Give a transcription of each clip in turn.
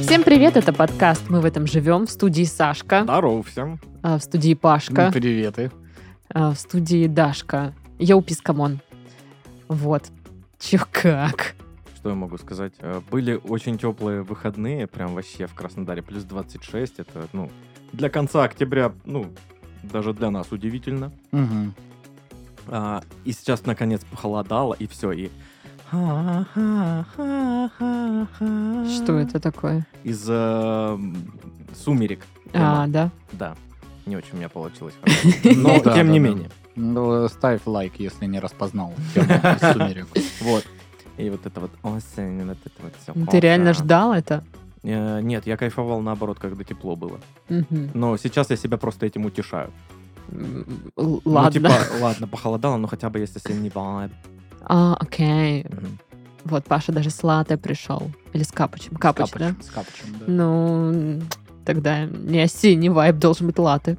Всем привет, это подкаст «Мы в этом живем» в студии Сашка, Здорово всем. а, в студии Ну, Ну, Пашка, Приветы. а, в студии Дашка. Йоу, пискамон. Вот. Чё как? Что я могу сказать? Э, Были очень теплые выходные, прям вообще в Краснодаре. Плюс 26, это, ну, для конца октября, ну, даже для нас удивительно. Мгм. А, и сейчас, наконец, похолодало, и все, и... Что А. Что это такое? Из э, м, «Сумерек». А, Прямо. да? Да, не очень у меня получилось. Но, Ну да, тем да, не да. менее. Ну, ставь лайк, если не распознал тему из «Сумерек». Вот. И вот это вот осень, вот это вот все. Ну, Ты реально ждал это? Э, Нет, я кайфовал наоборот, когда тепло было. Мгм. Но сейчас я себя просто этим утешаю. М, л- Ну, Ладно. типа, ладно, похолодало, но хотя бы если сильный вайб. А, окей. Мгм. Вот Паша даже с латте пришел. Или с капучем. Капуч, да? С капучем, да. Ну, м, тогда не осенний вайб должен быть латте.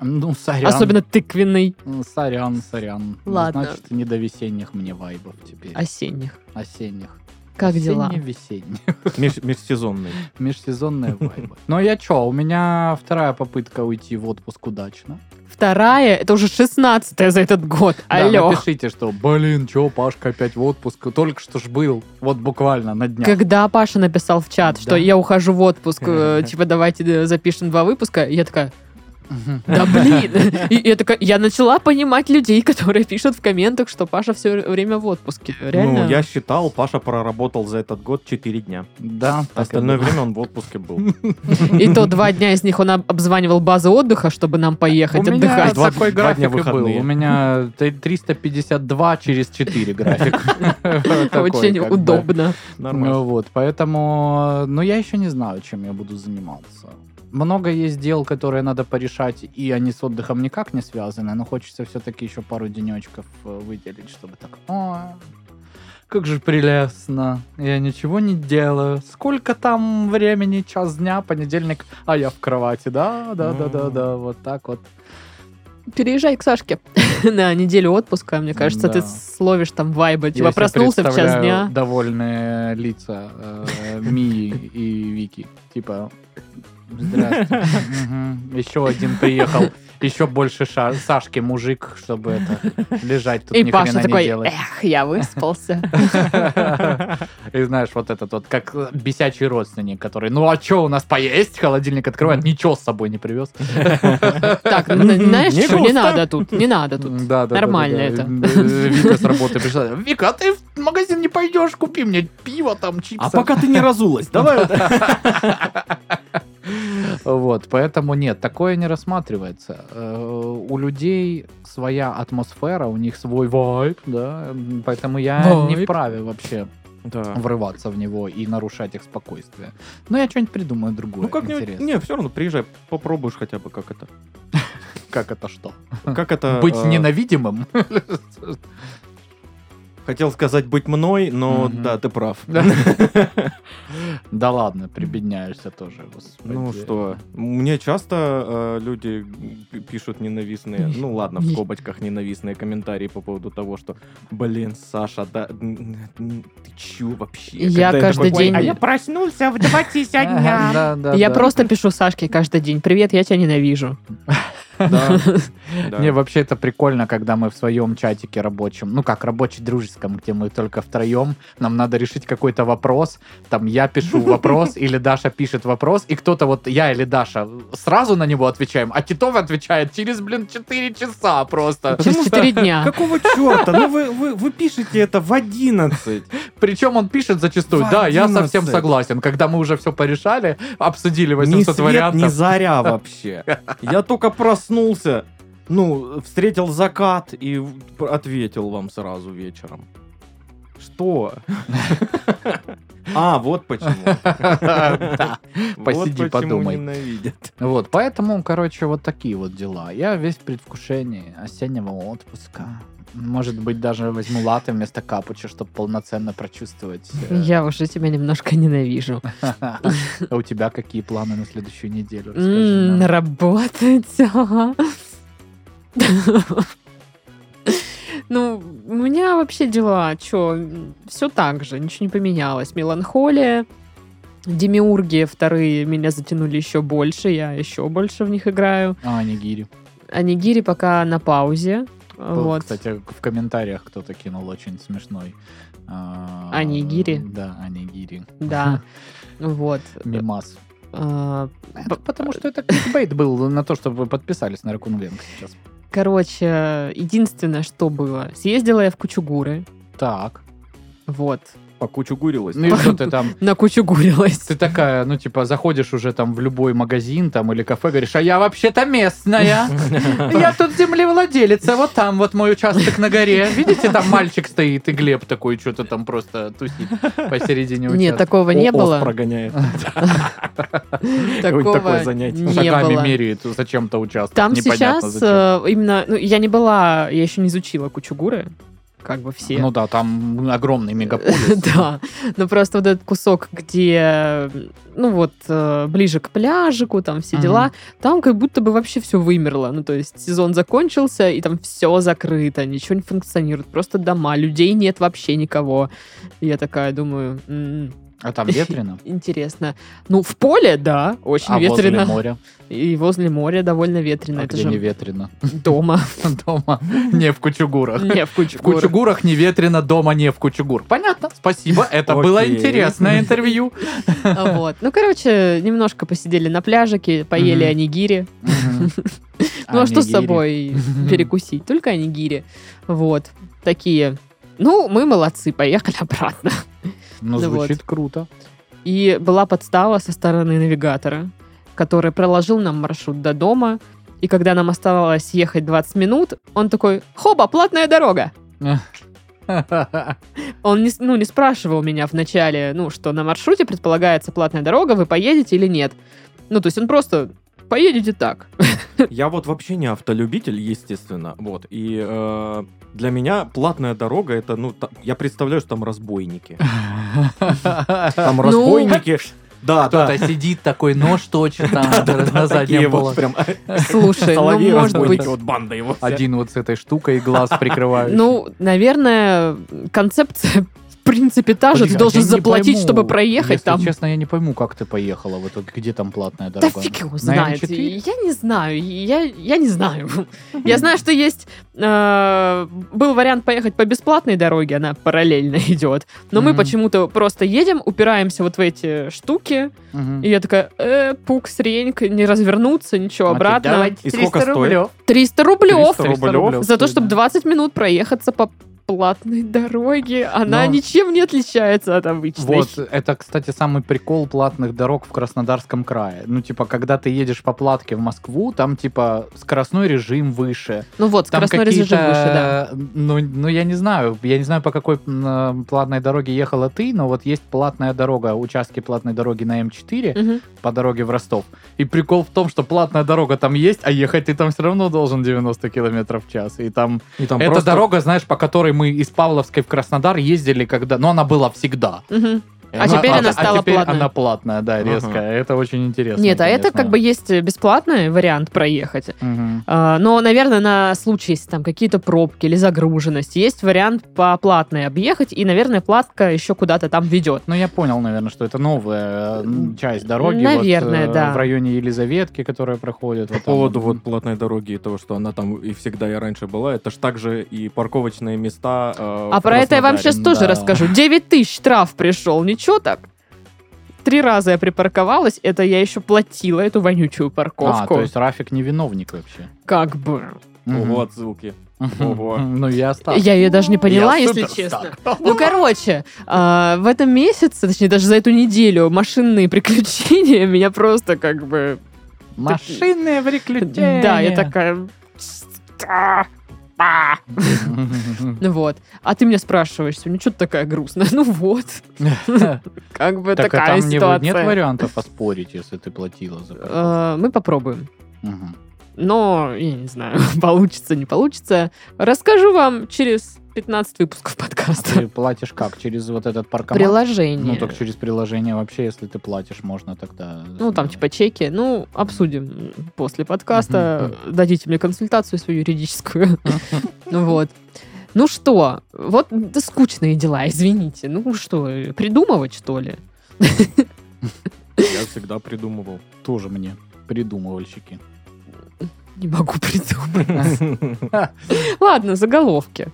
Ну, сорян. Особенно тыквенный Ну, Сорян, сорян. Ну, Ладно. Значит, не до весенних мне вайбов теперь. осенних. Осенних. Как дела? Осенне-весенних. Меж- Межсезонный. Межсезонные вайбы. Ну, я чё, у меня вторая попытка уйти в отпуск удачно. Вторая, это уже шестнадцатая за этот год. Да, Алло. напишите, что, блин, чё, Пашка опять в отпуск. Только что ж был. Вот буквально на днях. Когда Паша написал в чат, что Да. я ухожу в отпуск, э, типа давайте э, запишем два выпуска, я такая, Мгм. да блин. И я такая, я начала понимать людей, которые пишут в комментах, что Паша все время в отпуске. Реально? Ну, я считал, Паша проработал за этот год 4 дня. Да. так и Остальное было. время он в отпуске был. И то два дня из них он об- обзванивал базу отдыха, чтобы нам поехать У меня отдыхать. Два- такой два график дня и был. выходные. У меня т- 352 через 4 график. Такой, Очень как бы. удобно. Нормально. Ну вот, поэтому... Но я еще не знаю, чем я буду заниматься. Много есть дел, которые надо порешать, и они с отдыхом никак не связаны, но хочется все-таки еще пару денечков э, выделить, чтобы так... «О, как же прелестно. Я ничего не делаю. Сколько там времени? Час дня, понедельник, а я в кровати. Да, да, да, да, да. Вот так вот. Переезжай к Сашке на неделю отпуска. Мне кажется, ты Да. словишь там вайба. Я Типа себе проснулся в час представляю дня. довольные лица э, Мии и Вики. Типа, здравствуйте. Мгм. Еще один приехал. Еще больше Ша- Сашки мужик, чтобы это лежать тут И ни Паша хрена такой, не делать. эх, я выспался. И знаешь, вот этот вот, как бесячий родственник, который, ну а что у нас поесть? Холодильник открывает, ничего с собой не привез. Так, н- н- знаешь, Не что, не густо. надо тут, не надо тут. Да, да, да, Нормально да, это. да. Э, Вика с работы пришла. Вика, а ты в магазин не пойдешь, купи мне пиво там, чипсы. А пока ты не разулась, давай вот это. Вот, поэтому нет, такое не рассматривается. Э, У людей своя атмосфера, у них свой вайб, да, м, поэтому я не Вайб. вправе вообще Да. врываться в него и нарушать их спокойствие. Но я что-нибудь придумаю другое. Ну как-нибудь, интересное. не, все равно приезжай, попробуешь хотя бы, как это. Как это что? Как это... Быть э, ненавидимым? Хотел сказать быть мной, но Мгм. да, ты прав. Да ладно, прибедняешься тоже. господи. Ну что, мне часто э, люди пи- пишут ненавистные, ну ладно, в скобочках ненавистные комментарии по поводу того, что, блин, Саша, да, н- н- ты чё вообще? Я Когда каждый такой, «Ой, день- А я проснулся в 20 дня. Да, да, Я да. просто пишу Сашке каждый день, привет, я тебя ненавижу. Да, да. Не, вообще это прикольно, когда мы в своем чатике рабочем, ну как рабоче-дружеском, где мы только втроем, нам надо решить какой-то вопрос, там я пишу вопрос, или Даша пишет вопрос, и кто-то вот, я или Даша, сразу на него отвечаем, а Титов отвечает через, блин, 4 часа просто. Через четыре дня. Какого черта? Ну вы, вы, вы пишете это в 11. Причем он пишет зачастую, В да, я 11. совсем согласен, когда мы уже все порешали, обсудили Ни 800 свет, ни вариантов. заря вообще. Я только проснулся, ну, встретил закат и в- ответил вам сразу вечером. Что? А, вот почему. Да. Вот Посиди, почему подумай. ненавидят. Вот, поэтому, короче, вот такие вот дела. Я весь в предвкушении осеннего отпуска. Может быть, даже возьму латы вместо капуча, чтобы полноценно прочувствовать. э, Я уже тебя немножко ненавижу. А у тебя какие планы на следующую неделю? Расскажи М, нам. Работать. ага. Ну, у меня вообще дела, чё, все так же, ничего не поменялось. Меланхолия, Демиурги вторые меня затянули еще больше, я еще больше в них играю. А, Нигири. А Нигири пока на паузе. Был, вот. Кстати, в комментариях кто-то кинул очень смешной. а, Онигири? Да, Анигири. Да. Вот. Мимас. А, Это потому что это кликбейт был на то, чтобы вы подписались на Ракун сейчас. Короче, единственное, что было, съездила я в Кучугуры. Так. Вот. Покучугурилась. Ну и что ты там? На Кучугурилась. Ты такая, ну, типа, заходишь уже там в любой магазин там или кафе, говоришь, а я вообще-то местная. Я тут землевладелица, вот там вот мой участок на горе. Видите, там мальчик стоит и Глеб такой что-то там просто тусит посередине участка. Нет, такого не О- ос было. прогоняет. какое-нибудь Такого такое занятие. не Шагами было. меряет зачем-то участок. Там Непонятно сейчас зачем. э, именно, ну, я не была, я еще не изучила Кучугуры, как бы все. Ну да, там огромный мегаполис. Да, но просто вот этот кусок, где, ну вот, э, ближе к пляжику, там все Мгм. дела, там как будто бы вообще все вымерло. Ну, то есть сезон закончился, и там все закрыто, ничего не функционирует, просто дома, людей нет вообще никого. И я такая думаю, «М, А там ветрено. интересно. Ну, в поле, да, очень А возле ветрено. моря, И возле моря довольно ветрено. а Это где же не ветрено? дома, Дома. Не в Кучугурах. не в В Кучугурах. Кучугурах не ветрено, дома не в Кучугур. Понятно, спасибо, это Окей. было интересное интервью. А, Вот. Ну, короче, немножко посидели на пляжике, поели Мгм. анигири. Ну, а что с собой перекусить? Только анигири. Вот. Такие. Ну, мы молодцы, поехали обратно. Ну, Да вот. звучит круто. И была подстава со стороны навигатора, который проложил нам маршрут до дома. И когда нам оставалось ехать 20 минут, он такой, хоба, платная дорога. А Он не, с- ну, не спрашивал меня вначале, ну, что на маршруте предполагается платная дорога, вы поедете или нет. Ну, то есть он просто, поедете так. Я вот вообще не автолюбитель, естественно, вот. И э, для меня платная дорога это, ну, та- я представляю, что там разбойники. Там Ну. разбойники. Да, да. Кто-то сидит, такой нож точит там на Такие заднем вот было. прям Слушай, ну, соловьи может быть, разбойники, вот банда его. вся. Один вот с этой штукой глаз прикрывает. Ну, наверное, концепция в принципе та же. Подожди, Ты а должен я не заплатить, пойму, чтобы проехать если там. честно, я не пойму, как ты поехала в итоге, где там платная Да дорога. фиг его На знает. М4? Я не знаю. Я, я не знаю. Я знаю, что есть... э, был вариант поехать по бесплатной дороге, она параллельно идет. Но мы Мгм. почему-то просто едем, упираемся вот в эти штуки. Мгм. И я такая, э, пук, среньк, не развернуться, ничего, Окей, обратно. давайте И сколько 300 стоит? рублев. 300 рублев 300 300 рублев. за то, стоит, чтобы да. 20 минут проехаться по платной дороге. Она Но- ничем не отличается от обычной. Ну. Вот, это, кстати, самый прикол платных дорог в Краснодарском крае. Ну, типа, когда ты едешь по платке в Москву, там, типа, скоростной режим выше. Ну вот, Там скоростной режим выше, да. Ну, ну, я не знаю. Я не знаю, по какой м, э, платной дороге ехала ты, но вот есть платная дорога, участки платной дороги на М4 Мгм. по дороге в Ростов. И прикол в том, что платная дорога там есть, а ехать ты там все равно должен 90 километров в час. И там И там эта просто- дорога, знаешь, по которой мы из Павловской в Краснодар ездили, когда... Но она была всегда. Мгм. А теперь она стала а теперь платная. она платная, да, Ага. резкая. Это очень интересно. Нет, а это конечно. как бы есть бесплатный вариант проехать. Мгм. А, Но, наверное, на случай, если там какие-то пробки или загруженность, есть вариант по платной объехать, и, наверное, платка еще куда-то там ведет. Ну, я понял, наверное, что это новая э, часть дороги. Наверное, вот, э, да. В районе Елизаветки, которая проходит. По поводу вот платной дороги и того, что она там и всегда и раньше была, это ж также и парковочные места. э, А в про это я вам Краснодаре. сейчас тоже да. расскажу. 9 тысяч штраф пришел, ничего так. Три раза я припарковалась, это я еще платила эту вонючую А, парковку. то есть Рафик не виновник вообще. Как бы. Ого, отсылки. Мгм. ого. Ну, я остался. Я ее даже не поняла, если суперстар. честно. Ну, короче, а, в этом месяце, точнее, даже за эту неделю машинные приключения меня просто как бы... Машинные приключения. Да, я такая... «А, а». Ну Вот. А ты меня спрашиваешь сегодня, что ты такая грустная? Ну вот, как бы Так а такая там не- нет ситуация. вариантов поспорить, если ты платила за парковку? Э, Мы попробуем. Мгм. А но я не знаю, получится, не получится. Расскажу вам через 15 выпусков подкаста. Ты платишь как? Через вот этот паркомат? Приложение. Ну, так через приложение вообще, если ты платишь, можно тогда... Ну, там типа чеки. Ну, обсудим после подкаста. Дадите мне консультацию свою юридическую. Ну Вот. Ну что, вот да скучные дела, извините. Ну что, придумывать, что ли? Я всегда придумывал. Тоже мне придумывальщики. Не могу придумать. Ладно, заголовки.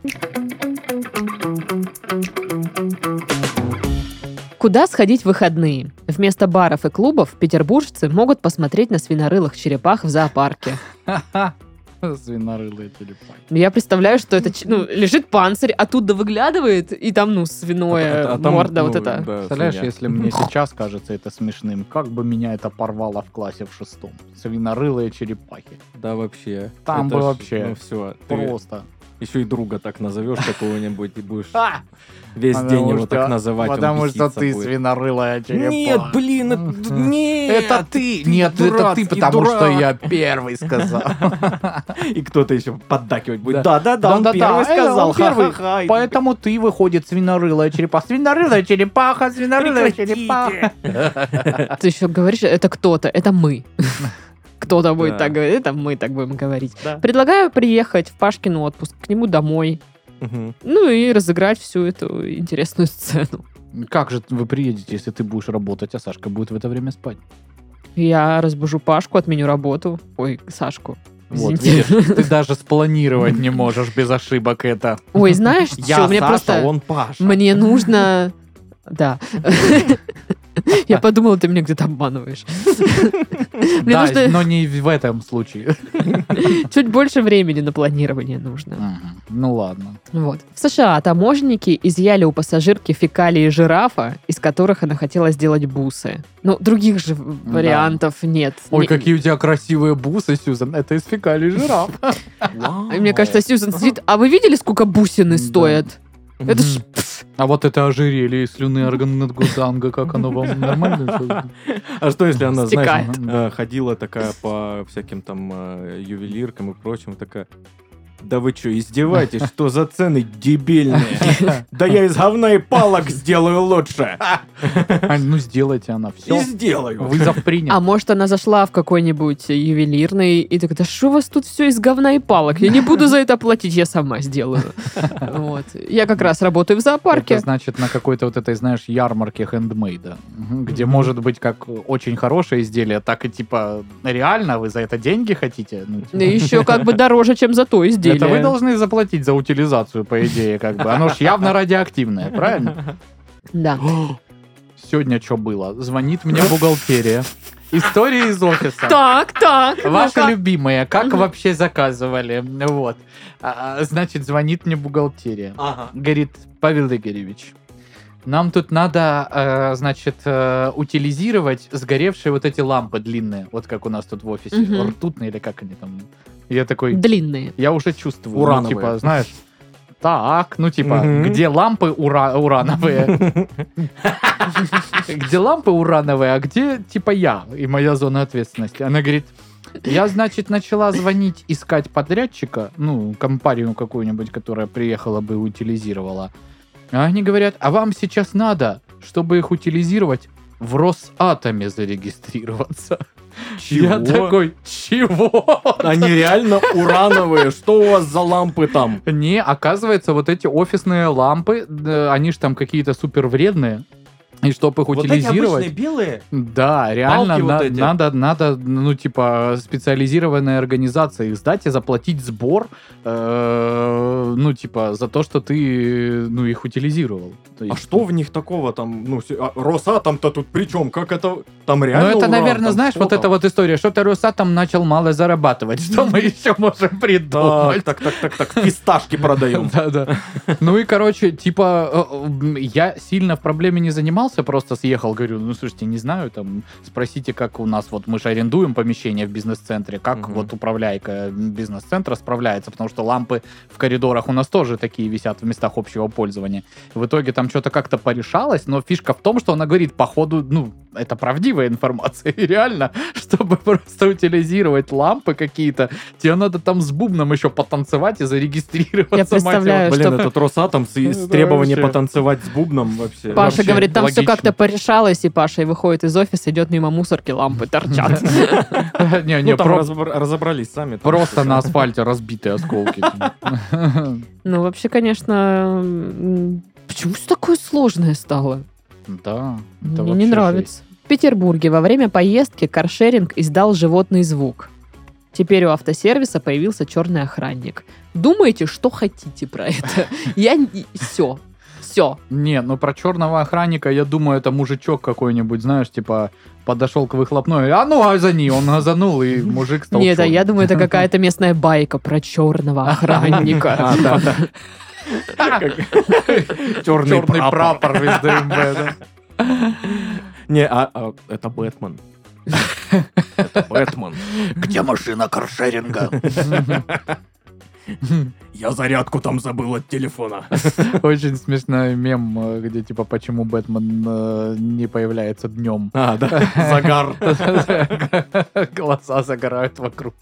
Куда сходить в выходные? Вместо баров и клубов петербуржцы могут посмотреть на свинорылых черепах в зоопарке. Ха-ха. Свинорылые телепаги. Я представляю, что это ч- ну, лежит панцирь, оттуда выглядывает, и там, ну, свиное А там, морда вот ну, это. да, Представляешь, свинья. если мне сейчас кажется это смешным, как бы меня это порвало в классе в шестом. Свинорылые черепахи. Да, вообще. Там Это бы ж, вообще Ну все, ты Просто. еще и друга так назовешь какого-нибудь и будешь А! весь Потому день его что- так называть. он а, Потому что беситься ты будет. свинорылая черепаха. Нет, блин, это- Мгм. нет. Это ты! Нет, это ты, дурацкий потому что дурак. я первый сказал. И кто-то еще поддакивать будет. Да-да-да, он Да-да-да, первый это он сказал. первый. ха-ха-ха. И ты Поэтому ты выходит свинорылая черепаха. Свинорылая черепаха, свинорылая Прекратите. черепаха. А Ты еще говоришь, это кто-то, это мы. Кто-то будет Да. так говорить, это мы так будем говорить. Да. Предлагаю приехать в Пашкин отпуск, к нему домой, Мгм. ну и разыграть всю эту интересную сцену. Как же вы приедете, если ты будешь работать, а Сашка будет в это время спать? Я разбужу Пашку, отменю работу. Ой, Сашку. Вот, Извините. видишь, ты даже спланировать не можешь без ошибок это. Ой, знаешь, Я что, мне Саша, а просто... он Паша. Мне нужно... Да. Я подумала, ты меня где-то обманываешь. Мне да, нужно- но не в этом случае. Чуть больше времени на планирование нужно. Мгм. Ну ладно. Вот. В США таможенники изъяли у пассажирки фекалии жирафа, из которых она хотела сделать бусы. Ну, других же вариантов нет. Ой, Не- какие у тебя красивые бусы, Сюзан. Это из фекалий жираф. И Мне кажется, Сьюзан сидит, а вы видели, сколько бусины Да. стоят? Это ж... Мгм. А вот это ожерелье из слюны Арганадгуданга, как оно вам нормально? А что, если она, знаешь, Стекает. э, ходила такая по всяким там э, ювелиркам и прочим, такая... Да вы что, издеваетесь? Что за цены дебильные? Да я из говна и палок сделаю лучше. А, Ань, ну сделайте она И все. сделаю. Вызов принят. А может, она зашла в какой-нибудь ювелирный и так, да что у вас тут все из говна и палок? Я не буду за это платить, я сама сделаю. Вот. Я как раз работаю в Это зоопарке. значит на какой-то вот этой, знаешь, ярмарке хендмейда, Мгм. где может быть как очень хорошее изделие, так и типа реально вы за это деньги хотите? Ну, типа, Еще как бы дороже, чем за то изделие. Это вы должны заплатить за утилизацию, по идее, как бы. Оно ж явно радиоактивное, правильно? Да. Сегодня что было? Звонит мне бухгалтерия. История из офиса. Так, так. Ваша ну-ка. любимая, как Мгм. вообще заказывали? Вот. А, значит, звонит мне бухгалтерия. Ага. Говорит, Павел Игоревич, нам тут надо, э, значит, э, утилизировать сгоревшие вот эти лампы длинные, вот как у нас тут в офисе, Мгм. ртутные или как они там. Я такой, Длинные. я уже чувствую, ну, Урановые. типа, знаешь, так, ну типа, Мгм. где лампы ура- урановые? Где лампы урановые, а где типа я и моя зона ответственности? Она говорит, я, значит, начала звонить, искать подрядчика, ну, компанию какую-нибудь, которая приехала бы и утилизировала. А они говорят, а вам сейчас надо, чтобы их утилизировать, в Росатоме зарегистрироваться. Чего? Я такой, чего? Они реально урановые. Что у вас за лампы там? Не, оказывается, вот эти офисные лампы, да, они же там какие-то супер вредные. И чтобы их утилизировать... белые? Да, реально палки вот на- эти. надо, надо, ну, типа, специализированная организация их сдать и заплатить сбор, э, ну, типа, за то, что ты, ну, их утилизировал. То А есть- что в них такого там? Ну, се- а Росатом-то тут при чем? Как это? Там Ну, реально это, уран, наверное, там знаешь, что вот там? эта вот история, что-то Росатом начал мало зарабатывать, что мы еще можем придумать? Так, так, так, так, так, фисташки продаем. Да, да. Ну и, короче, типа, э, м, я сильно в проблеме не занимался, просто съехал, говорю, ну, слушайте, не знаю, там, спросите, как у нас, вот мы же арендуем помещение в бизнес-центре, как Мгм. вот управляйка бизнес-центра справляется, потому что лампы в коридорах у нас тоже такие висят в местах общего пользования. В итоге там что-то как-то порешалось, но фишка в том, что она говорит, походу, ну, это правдивая информация. И реально, чтобы просто утилизировать лампы какие-то, тебе надо там с бубном еще потанцевать и зарегистрироваться. Я мать его. представляю, Блин, что- этот Росатом с, с Э, Да, требование вообще. потанцевать с бубном вообще. Паша вообще говорит, там все логично. как-то порешалось, и Паша и выходит из офиса, идет мимо мусорки, лампы торчат. Не, Ну, не, там про- разбра- разобрались сами. там просто всё. на асфальте разбитые осколки. Ну, вообще, конечно, м, почему все такое сложное стало? Да. Мне это не вообще нравится. В Петербурге во время поездки каршеринг издал животный звук. Теперь у автосервиса появился черный охранник. Думаете, что хотите про это? Я все. Все. Не, ну про черного охранника, я думаю, это мужичок какой-нибудь, знаешь, типа подошел к выхлопной, а ну а за ней, он газанул, и мужик стал Нет, а чёрным. я думаю, это какая-то местная байка про черного охранника. А, да, да. Чёрный Чёрный прапор из ДМБ, Не, а, а это Бэтмен. Это Бэтмен. Где машина каршеринга? да. Я зарядку там забыл от телефона. Очень смешной мем, э, где типа почему Бэтмен э, не появляется днем. А, да, загар. Глаза загорают вокруг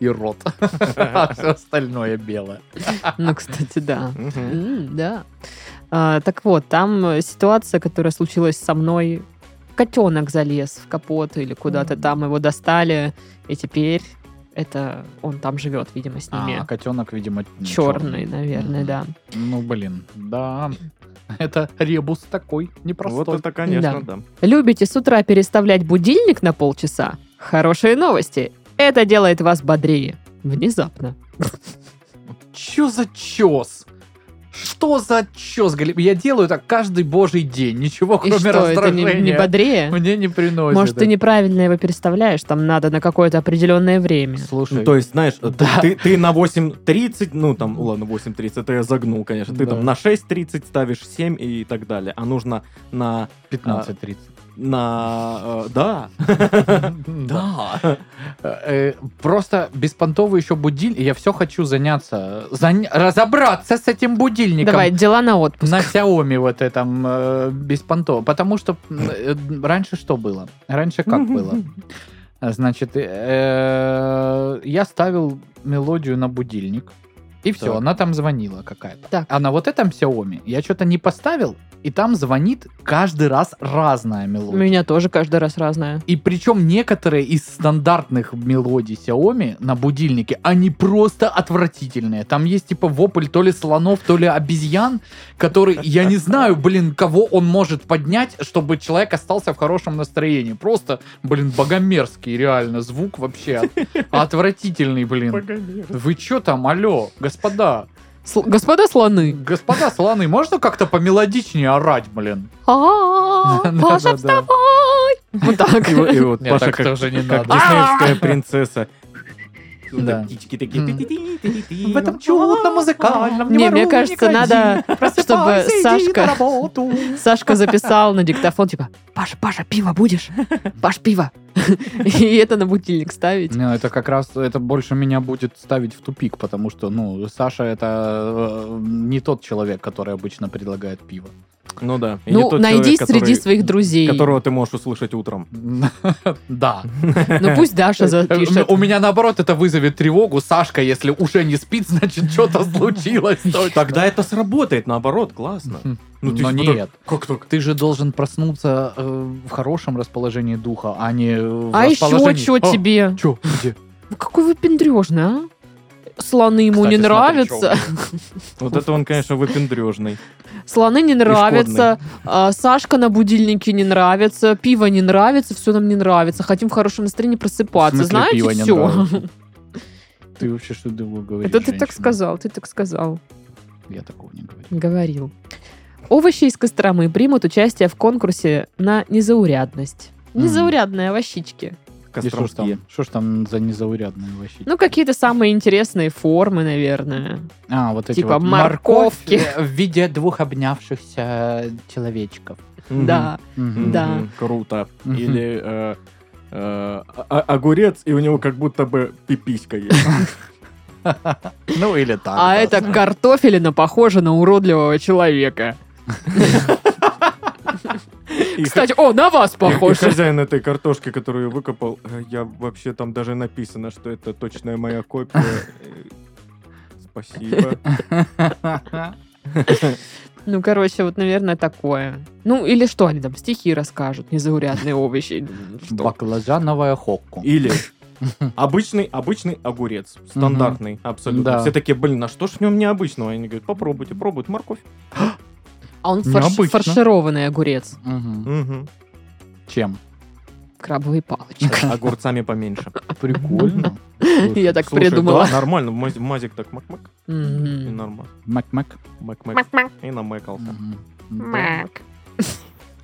и рот, а все остальное белое. Ну, кстати, да. Мгм. М, Да. А, Так вот, там э, ситуация, которая случилась со мной. Котенок залез в капот или куда-то там его достали, и теперь это он там живет, видимо, с А ну, ними. котенок, видимо, Черный, наверное, да. Ну, блин, да. Это ребус такой непростой. Вот это, конечно, да. Любите с утра переставлять будильник на полчаса? Хорошие новости. Это делает вас бодрее. Внезапно. Чё за чёс? Что за чёс, Галим? Я делаю так каждый божий день. Ничего, И кроме что, это не- раздражения. не, бодрее? Мне не приносит. Может, ты неправильно его переставляешь? Там надо на какое-то определенное время. Слушай, а, Ну, то есть, знаешь, ты- Да. ты, ты на 8.30, ну там, ладно, 8.30, это я загнул, конечно. Ты Да. там на 6.30 ставишь 7 и так далее. А нужно на... 15.30. на э, да, да. Э, Просто беспонтовый еще будильник. Я все хочу заняться. зан- Разобраться с этим будильником. Давай, дела на отпуск. На Xiaomi вот этом э, беспонтово. Потому что э, раньше что было? Раньше как было? Значит, э, я ставил мелодию на будильник. И все, Так. она там звонила какая-то. Так. А на вот этом Xiaomi я что-то не поставил, и там звонит каждый раз разная У мелодия. меня тоже каждый раз разное. И причем некоторые из стандартных мелодий Xiaomi на будильнике, они просто отвратительные. Там есть типа вопль то ли слонов, то ли обезьян, который, я не знаю, блин, кого он может поднять, чтобы человек остался в хорошем настроении. Просто, блин, богомерзкий реально звук вообще. от- Отвратительный, блин. Вы чё там, алло, господа, Сл- Господа слоны. господа слоны, можно как-то помелодичнее орать, блин? А, Паша, Да-да-да. вставай! Вот так. И, вот- и вот Не, Паша так как, тоже не как надо. диснеевская принцесса. Да. Птички такие. Мгм. ти-ти-ти-ти-ти. В этом чудном музыкальном Не, мне двору кажется, не клади. надо, чтобы Просыпайся, иди на Сашка, работу. Сашка записал на диктофон, типа, Паша, Паша, пиво будешь? Паш, пиво. И это на будильник ставить. Не, Ну, это как раз, это больше меня будет ставить в тупик, потому что, ну, Саша это э, не тот человек, который обычно предлагает пиво. Ну да. и не Ну, тот найди человек, среди который- своих друзей. Которого ты можешь услышать утром. Да. Э, Ну, пусть Э, Даша запишет. ну, У меня, наоборот, это вызовет тревогу. Сашка, если уже не спит, значит, что-то случилось. точно. Тогда это сработает, наоборот, классно. Ну, ты Но ж вот нет. Как так? Ты же должен проснуться э, в хорошем расположении духа, а не в А еще расположении- что А, тебе? чё, где? Ну, Какой вы пендрежный, а? Слоны ему Кстати, не смотри, нравятся. Вот это он, конечно, выпендрежный. Слоны не нравятся, а, Сашка на будильнике не нравится, пиво не нравится, все нам не нравится. Хотим в хорошем настроении просыпаться. В смысле, Знаете, пиво не все. нравится? Ты вообще что думал говоришь? Это ты так женщина? сказал, ты так сказал. Я такого не говорю. Говорил. Овощи из Костромы примут участие в конкурсе на незаурядность. Мгм. Незаурядные овощички. И что ж Костромские. там, что ж там за незаурядные овощи? Ну, какие-то самые интересные формы, наверное. а, вот эти типа вот морковки. морковь, э, в виде двух обнявшихся человечков. Мгм. Да. Мгм. Мгм. Да. Круто. Мгм. Или э, э, о- о- огурец, и у него как будто бы пиписька есть. Ну или так. А да. это картофелина похожа на уродливого человека. И Кстати, о, на вас х- и- и похоже. хозяин этой картошки, которую я выкопал, э, я вообще там даже написано, что это точная моя копия. Э, Спасибо. Ну, короче, вот, наверное, такое. Ну, или что они там, стихи расскажут, незаурядные овощи. Что? Баклажановая хокку. Или обычный, обычный огурец. Стандартный, абсолютно. Да. Все такие, блин, а что ж в нем необычного? Они говорят, попробуйте, пробуют морковь. А он фарш- Необычно. фаршированный огурец. Мгм. Мгм. Чем? Крабовые палочки. Огурцами поменьше. Прикольно. Я так Слушай, придумала. да, нормально, в маз- в мазик так мак-мак, и Мгм. нормально. Мак-мак. Мак-мак, и намекался. Мгм.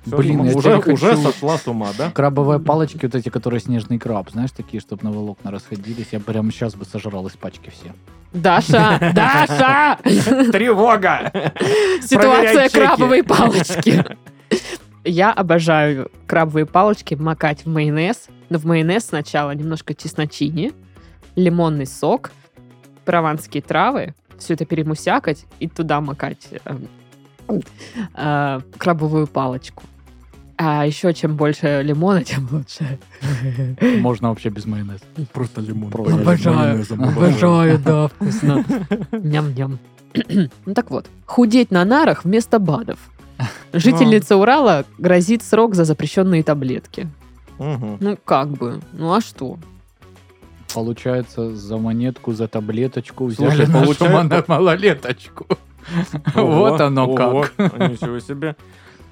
Всё, Блин, я уже, теперь хочу- уже сошла с ума, да? Крабовые палочки, вот эти, которые снежный краб, знаешь, такие, чтобы на волокна расходились, я прямо сейчас бы сожрал из пачки все. Даша! Даша! Тревога! Ситуация Проверяй чеки. крабовой палочки. Я обожаю крабовые палочки макать в майонез. Но в майонез сначала немножко чесночини, лимонный сок, прованские травы. Все это перемусякать и туда макать эм, э, крабовую палочку. А еще чем больше лимона, тем лучше. Можно вообще без майонеза. Просто лимон. Просто Блин, обожаю, майонезом Обожаю, да, вкусно. Ням-ням. Ну так вот, худеть на нарах вместо БАДов. Жительница Ну. Урала грозит срок за запрещенные таблетки. Мгм. Ну как бы, ну а что? Получается, за монетку, за таблеточку Слушай, ну, взяли нашу получается- мано- малолеточку. Ого, Вот оно ого, как. Ничего себе.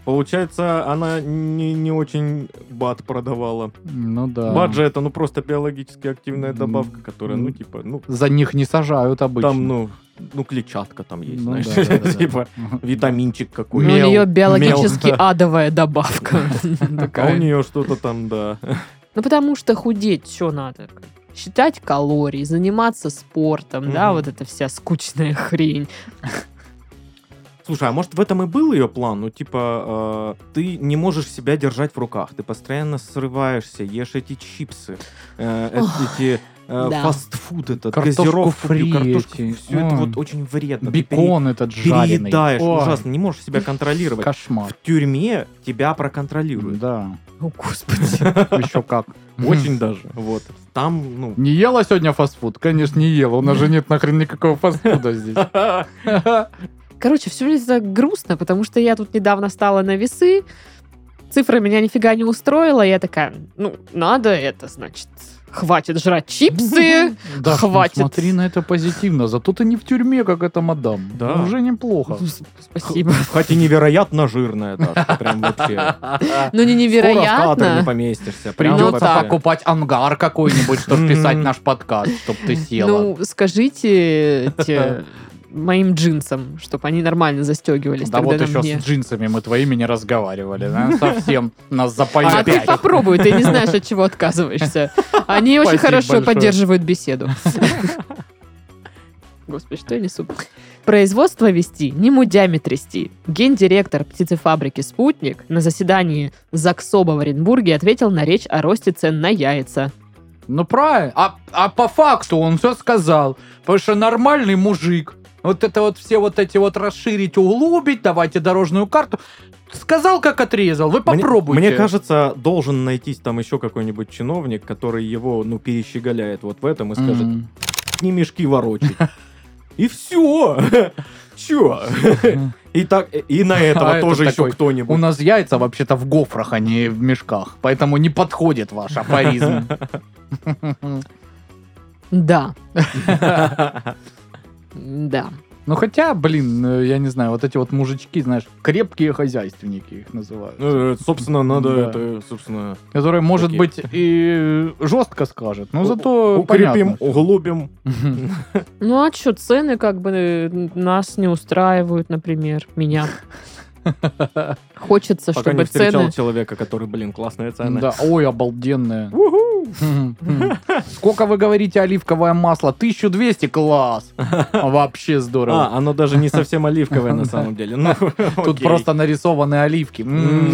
Получается, она не, не очень бат продавала. Ну да. Бат же это ну просто биологически активная М. добавка, которая, ну М. типа, ну За них не сажают обычно. там, ну, ну клетчатка там есть, Ну знаешь, да, да, да. типа витаминчик Ну, у какой. Мел, нее мел. биологически адовая добавка. А у такая. нее что-то там, да. Ну потому что худеть что надо? Считать калории, заниматься спортом, да, Мгм. вот эта вся скучная хрень. Слушай, а может в этом и был ее план? Ну, типа, э, ты не можешь себя держать в руках, ты постоянно срываешься, ешь эти чипсы, э, э, Ох, эти э, да. фастфуд этот, Картошку газировку, фри эти. все это Ой. вот очень вредно. ты пере- Бекон этот жареный. Переедаешь, Ой, ужасно, не можешь себя контролировать. Кошмар. В тюрьме тебя проконтролируют. Да, О, господи. еще как. Очень даже. Вот. Там, ну... Не ела сегодня фастфуд? Конечно, не ела. У нас же нет нахрен никакого фастфуда здесь. Короче, все это грустно, потому что я тут недавно стала на весы, цифра меня нифига не устроила, я такая, ну, надо это, значит, хватит жрать чипсы. Да, ну, Хватит. смотри на это позитивно. Зато ты не в тюрьме, как эта мадам. Да. Уже неплохо. Ну, с- Спасибо. Хоть и невероятно жирная, Даша, прям Ну, вообще. не Скоро в кадр не невероятно. поместишься. прям Ну, Придется вообще. так. покупать ангар какой-нибудь, чтобы Мгм. писать наш подкаст, чтобы ты села. Ну, скажите те, моим джинсам, чтобы они нормально застегивались Да тогда вот на еще мне. с джинсами мы твоими не разговаривали. да, Совсем нас А ты запоет. попробуй, ты не знаешь, от чего отказываешься. Они очень Спасибо хорошо большое. поддерживают беседу. Господи, что я несу? Производство вести, не мудями трясти. Гендиректор птицефабрики «Спутник» на заседании ЗАГСОБа в Оренбурге ответил на речь о росте цен на яйца. Ну правильно. А, а по факту он все сказал. Потому что нормальный мужик. Вот это вот все вот эти вот расширить, углубить, давайте дорожную карту. Сказал, как отрезал. Вы Мне- попробуйте. Мне, кажется, должен найтись там еще какой-нибудь чиновник, который его, ну, перещеголяет вот в этом и скажет, Мгм. не мешки ворочать. И все. Че? И так, и на А этого это тоже еще такой, Ну, У кто-нибудь. нас яйца вообще-то в гофрах, а не в мешках. Поэтому не подходит ваш афоризм. Да, да. Ну хотя, блин, э, я не знаю, вот эти вот мужички, знаешь, крепкие хозяйственники их называют. Ну, э, Собственно, надо Да. это, собственно, Который, может Окей. быть, и жестко скажет, но у- Ну, зато укрепим, понятно. углубим. Ну а что, цены как бы э, нас не устраивают, например, меня. Хочется, Пока чтобы не встречал цены... человека, который, блин, классная цена. Да, ой, обалденная. Уху! Сколько вы говорите оливковое масло? 1200, класс! Вообще здорово. А, оно даже не совсем оливковое на самом деле. Ну, Тут окей. просто нарисованы оливки. М,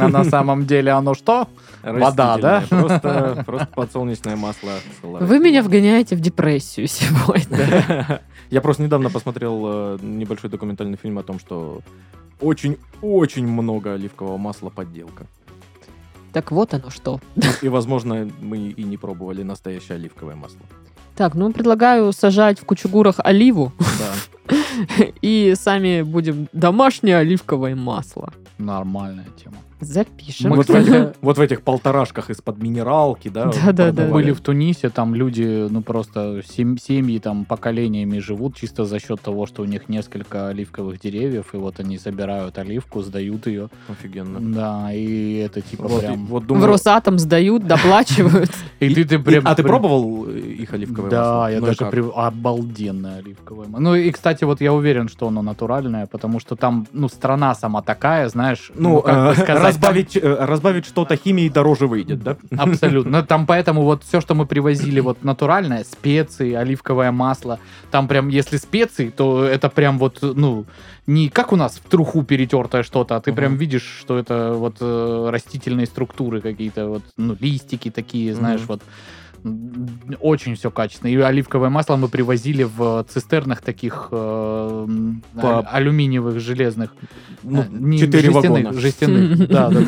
А на самом деле оно что? вода, да? Растительное, Просто, просто подсолнечное масло. соловей. Вы меня вгоняете в депрессию сегодня. Я просто недавно посмотрел э, небольшой документальный фильм о том, что Очень-очень много оливкового масла подделка. Так вот оно что. И, возможно, мы и не пробовали настоящее оливковое масло. Так, ну предлагаю сажать в кучугурах оливу Да. и сами будем домашнее оливковое масло. Нормальная тема. Запишем. Мы, Вот в кстати, этих- вот в этих полторашках из-под минералки, да? Да-да-да. продавали. Были в Тунисе, там люди, ну просто сем- семьи там поколениями живут чисто за счет того, что у них несколько оливковых деревьев, и вот они собирают оливку, сдают ее. Офигенно. Да, и это типа Вот, и- прям... вот В думаю- Росатом сдают, доплачивают. И, ты, ты И- прям... а ты прям- пробовал э, их оливковое да, масло? я Ну и даже как? при... обалденное оливковое. ма- Ну и, кстати, вот я уверен, что оно натуральное, потому что там, ну, страна сама такая, знаешь, Ну, как бы э, сказать, там- Э, разбавить, э, разбавить что-то химией дороже выйдет, да? Абсолютно. Там поэтому вот все, что мы привозили, вот натуральное, специи, оливковое масло, там прям, если специи, то это прям вот, ну, не как у нас в труху перетертое что-то, а ты прям Мгм. видишь, что это вот э, растительные структуры какие-то, вот, ну, листики такие, знаешь, Мгм. вот. м, Очень все качественно. И оливковое масло мы привозили в цистернах таких э, м, По- а- алюминиевых, железных. Ну, Э, не четыре жестяных, вагона. Жестяных, да, да,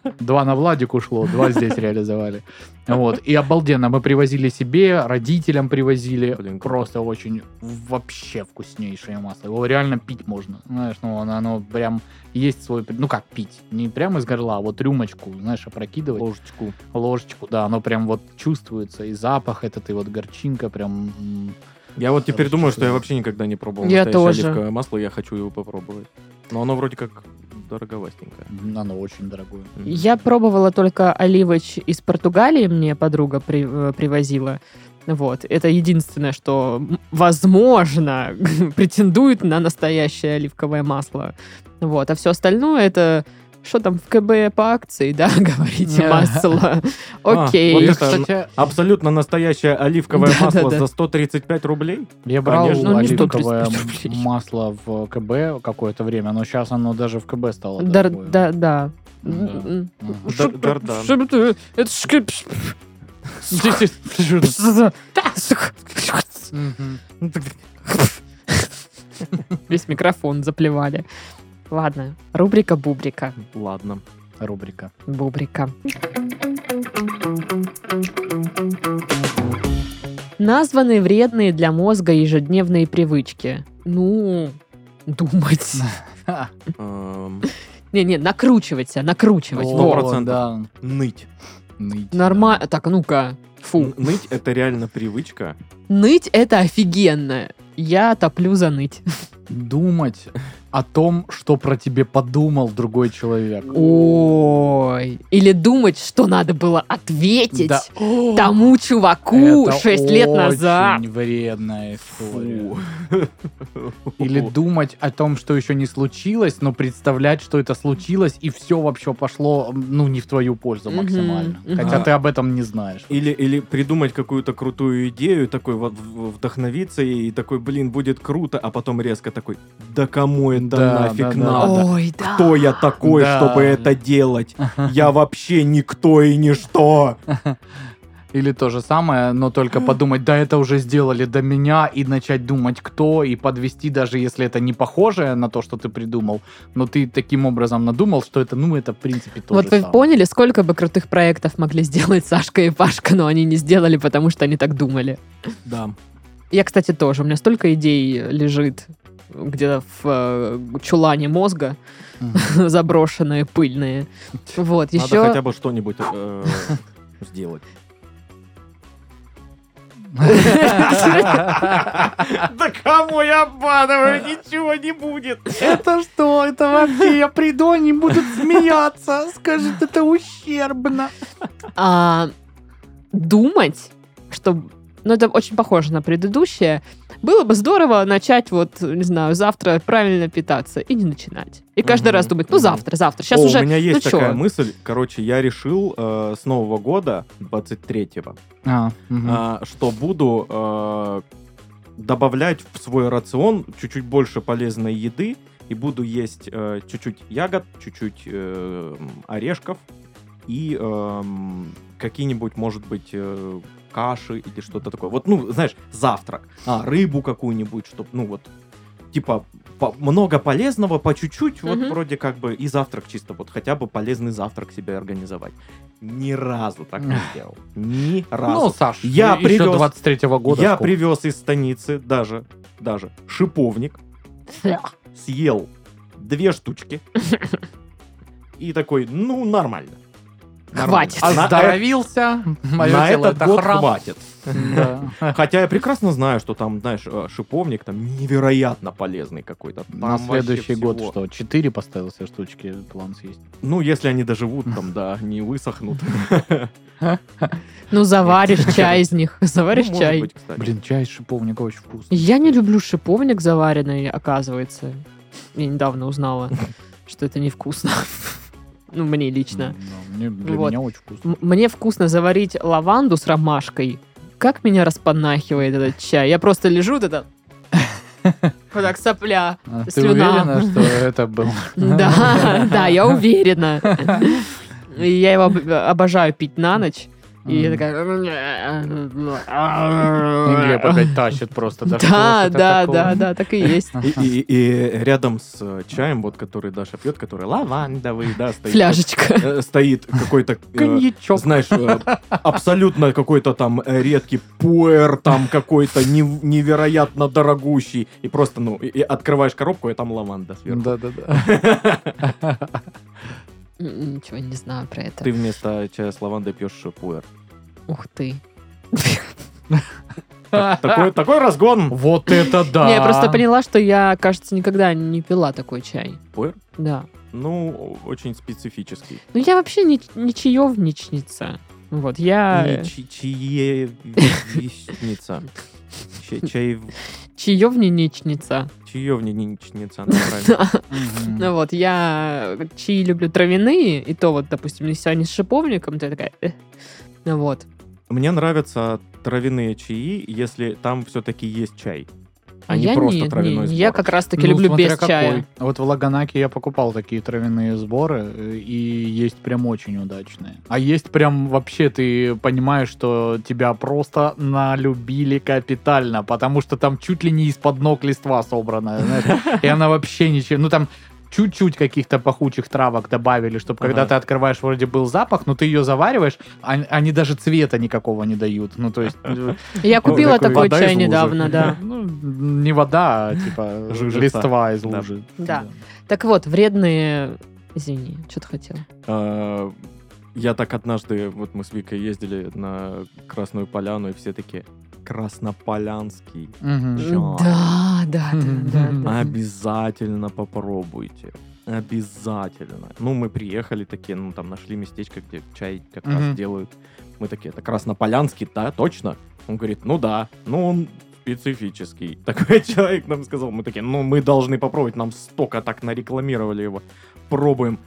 да. Два на Владик ушло, два здесь реализовали. Вот. И обалденно, мы привозили себе, родителям привозили. Блин, круто. Просто очень, вообще вкуснейшее масло. Его реально пить можно. Знаешь, ну оно, оно прям есть свой... при- Ну как пить? Не прямо из горла, а вот рюмочку, знаешь, опрокидывать. Ложечку. Ложечку, да, оно прям вот чувствуется. И запах этот, и вот горчинка прям... м, Я вот теперь Короче, думаю, что я да. вообще никогда не пробовал Я настоящее тоже. оливковое масло, я хочу его попробовать. Но оно вроде как дороговастенькое. Оно очень дорогое. М. Я пробовала только оливоч из Португалии, мне подруга при- э, привозила. Вот, это единственное, что, м, возможно, претендует на настоящее оливковое масло. Вот, а все остальное это что там в КБ по акции, да, говорите, Не. масло. А, вот Окей. это- Кстати, Абсолютно настоящее оливковое Да-да-да. масло за 135 рублей? Я брал Конечно. Ну, не оливковое 135 рублей. масло в КБ какое-то время, но сейчас оно даже в КБ стало. Дар- дорогое. Да, да. Да. М, м. Мгм. Дар- Шо- Дардан. шо ты- Это ж к- пш- пш- Мгм. Ну, Весь микрофон заплевали. Ладно, рубрика Бубрика. Ладно. Рубрика. Бубрика. Названы вредные для мозга ежедневные привычки. Ну, думать. Эм, Не-не, накручивать себя, накручивать. О, Во. процентов. да. Ныть. Ныть, да. Нормально. Так, ну-ка. Фу. Н- Ныть — это реально привычка. Ныть это офигенно. Я топлю за ныть. Думать о том, что про тебе подумал другой человек. Ой. Или думать, что надо было ответить Да. тому чуваку Это 6 лет назад. Очень вредная история. Фу. Или думать о том, что еще не случилось, но представлять, что это случилось, и все вообще пошло, ну, не в твою пользу Мгм, максимально. мгм. Хотя А. ты об этом не знаешь. Или, или придумать какую-то крутую идею, такой вот в- вдохновиться ей, и такой, блин, будет круто, а потом резко такой, да кому это Да, нафиг да, да. надо? Ой, да. Кто я такой, Да. чтобы это делать? Я вообще никто и ничто. Или то же самое, но только подумать, да, это уже сделали до меня, и начать думать, кто, и подвести, даже если это не похоже на то, что ты придумал, но ты таким образом надумал, что это, ну, это, в принципе, то вот же вы самое. поняли, сколько бы крутых проектов могли сделать Сашка и Пашка, но они не сделали, потому что они так думали. Да. Я, кстати, тоже. У меня столько идей лежит где-то в э, чулане мозга, Мгм. заброшенные, пыльные. Вот, Надо еще... хотя бы что-нибудь э, сделать. Да кому я обманываю? Ничего не будет. Это что? Это вообще, я приду, они будут смеяться, скажут, это ущербно. а, думать, что... Ну, это очень похоже на предыдущее. Было бы здорово начать, вот, не знаю, завтра правильно питаться и не начинать. И каждый Мгм, раз думать, ну, мгм. завтра, завтра. Сейчас О, уже... у меня есть ну, чё? такая мысль. Короче, я решил э, с Нового года, 23-го, А, мгм. а, что буду э, добавлять в свой рацион чуть-чуть больше полезной еды и буду есть э, чуть-чуть ягод, чуть-чуть э, м, орешков и эм, какие-нибудь, может быть, э, каши или что-то такое. Вот, ну, знаешь, завтрак. А, рыбу какую-нибудь, чтобы, ну, вот типа по- много полезного по чуть-чуть, вот Мгм. вроде как бы и завтрак чисто, вот хотя бы полезный завтрак себе организовать. Ни разу так не сделал. Ни разу. Ну, Саш, А, Я еще привез- 23-го года. Я сколько? привез из станицы даже, даже шиповник, съел две штучки и такой, ну, нормально. Нормально. Хватит. А на Оздоровился. э- Мое На тело этот это год храм. хватит. Да. Хотя я прекрасно знаю, что там, знаешь, э, шиповник там невероятно полезный какой-то. Там На вообще следующий год всего. что? Четыре поставил себе штучки план съесть. Ну, если они доживут там, да, не высохнут. Ну, заваришь чай из них. Заваришь Ну, может чай. быть, кстати. Блин, чай из шиповника очень вкусный. Я не люблю шиповник заваренный, оказывается. Я недавно узнала, что это невкусно. Ну, мне лично. М, да, ну, мне- Для Вот. меня очень М- вкусно. Мне вкусно заварить лаванду с ромашкой. Как меня распанахивает этот чай. Я просто лежу, вот это... Вот так сопля. А Ты слюна. уверена, что это был? Да, да, я уверена. И я его об- обожаю пить на ночь. И я Ну, Глеб такая... опять тащит просто. Да, что Да, ж это да, такое? да, да, так и есть. И, и- и рядом с э, чаем, вот который Даша пьет, который лавандовый, да, стоит. Фляжечка. Э, Стоит какой-то, э, Коньячок. знаешь, э, абсолютно какой-то там э, редкий пуэр, там какой-то нев- невероятно дорогущий. И просто, ну, и- и открываешь коробку, и там лаванда сверху. Да, да, да. М, Ничего не знаю про это. Ты вместо чая с лавандой пьешь э, пуэр. Ух ты. А. Такой, такой разгон. Вот это да! Не, я просто поняла, что я, кажется, никогда не пила такой чай. Пуэр? Да. Ну, очень специфический. Ну, я вообще не, не чаевничница. Вот, я... Не чи- чаевничница. Ча- чаев- Чаевничница. Чаевничница, она правильно. Мгм. Ну вот, я чаи люблю травяные, и то вот, допустим, если они с шиповником, то я такая... «Эх». Ну вот. Мне нравятся травяные чаи, если там все-таки есть чай. А не я просто не- травяной не- сбор. Я как раз-таки Ну, люблю смотря без какой. чая. Вот в Лаганаке я покупал такие травяные сборы, э, и есть прям очень удачные. А есть прям вообще ты понимаешь, что тебя просто налюбили капитально, потому что там чуть ли не из-под ног листва собрана, знаешь, и она вообще ничем... Ну, там чуть-чуть каких-то пахучих травок добавили, чтобы когда Ага. ты открываешь, вроде был запах, но ты ее завариваешь, а- они даже цвета никакого не дают. Ну, то есть... э, Я ну, купила такой вода из чай лужи. недавно, да. Ну, не вода, а типа Жижица. листва из Да. лужи. Да. Так вот, вредные... Извини, что ты хотела? Э, Я так однажды, вот мы с Викой ездили на Красную Поляну, и все такие, Краснополянский, Мгм. Чай. Да, да, да, да, да. обязательно попробуйте. Обязательно. Ну, мы приехали такие, ну, там нашли местечко, где чай как Мгм. раз делают. Мы такие, это Краснополянский, да, точно? Он говорит, ну да, ну он специфический. Такой человек нам сказал, мы такие, ну мы должны попробовать, нам столько так нарекламировали его. Пробуем.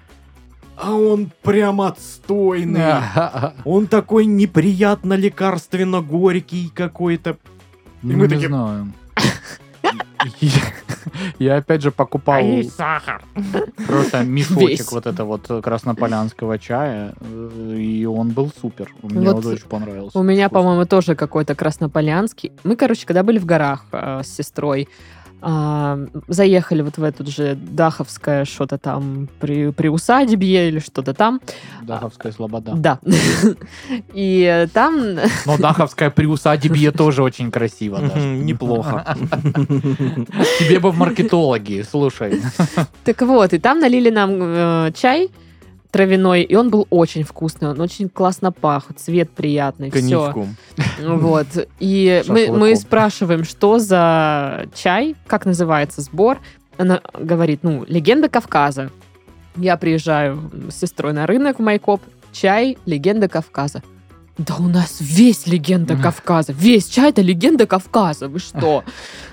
А он прям отстойный. Да. Он такой неприятно лекарственно горький какой-то. Ну, мы не такие- знаем. Я опять же покупал сахар. просто А Весь. мешочек вот это вот э, краснополянского чая, э, и он был супер. Мне Вот он очень понравился. У меня, Вкусно. по-моему, тоже какой-то краснополянский. Мы, короче, когда были в горах э, с сестрой, а, заехали вот в эту же Даховское что-то там при, при усадьбе или что-то там. Даховская слобода. Да. И э, там Но Даховская при усадебе тоже очень красиво даже. Неплохо. Тебе бы в маркетологи, слушай. Так вот, и там налили нам э, чай травяной, и он был очень вкусный, он очень классно пах, цвет приятный, все. Коньячком. Вот. И мы, Шашлыком. мы спрашиваем, что за чай, как называется сбор. Она говорит, ну, легенда Кавказа. Я приезжаю с сестрой на рынок в Майкоп, чай, легенда Кавказа. Да у нас весь легенда Кавказа. Весь чай это легенда Кавказа. Вы что?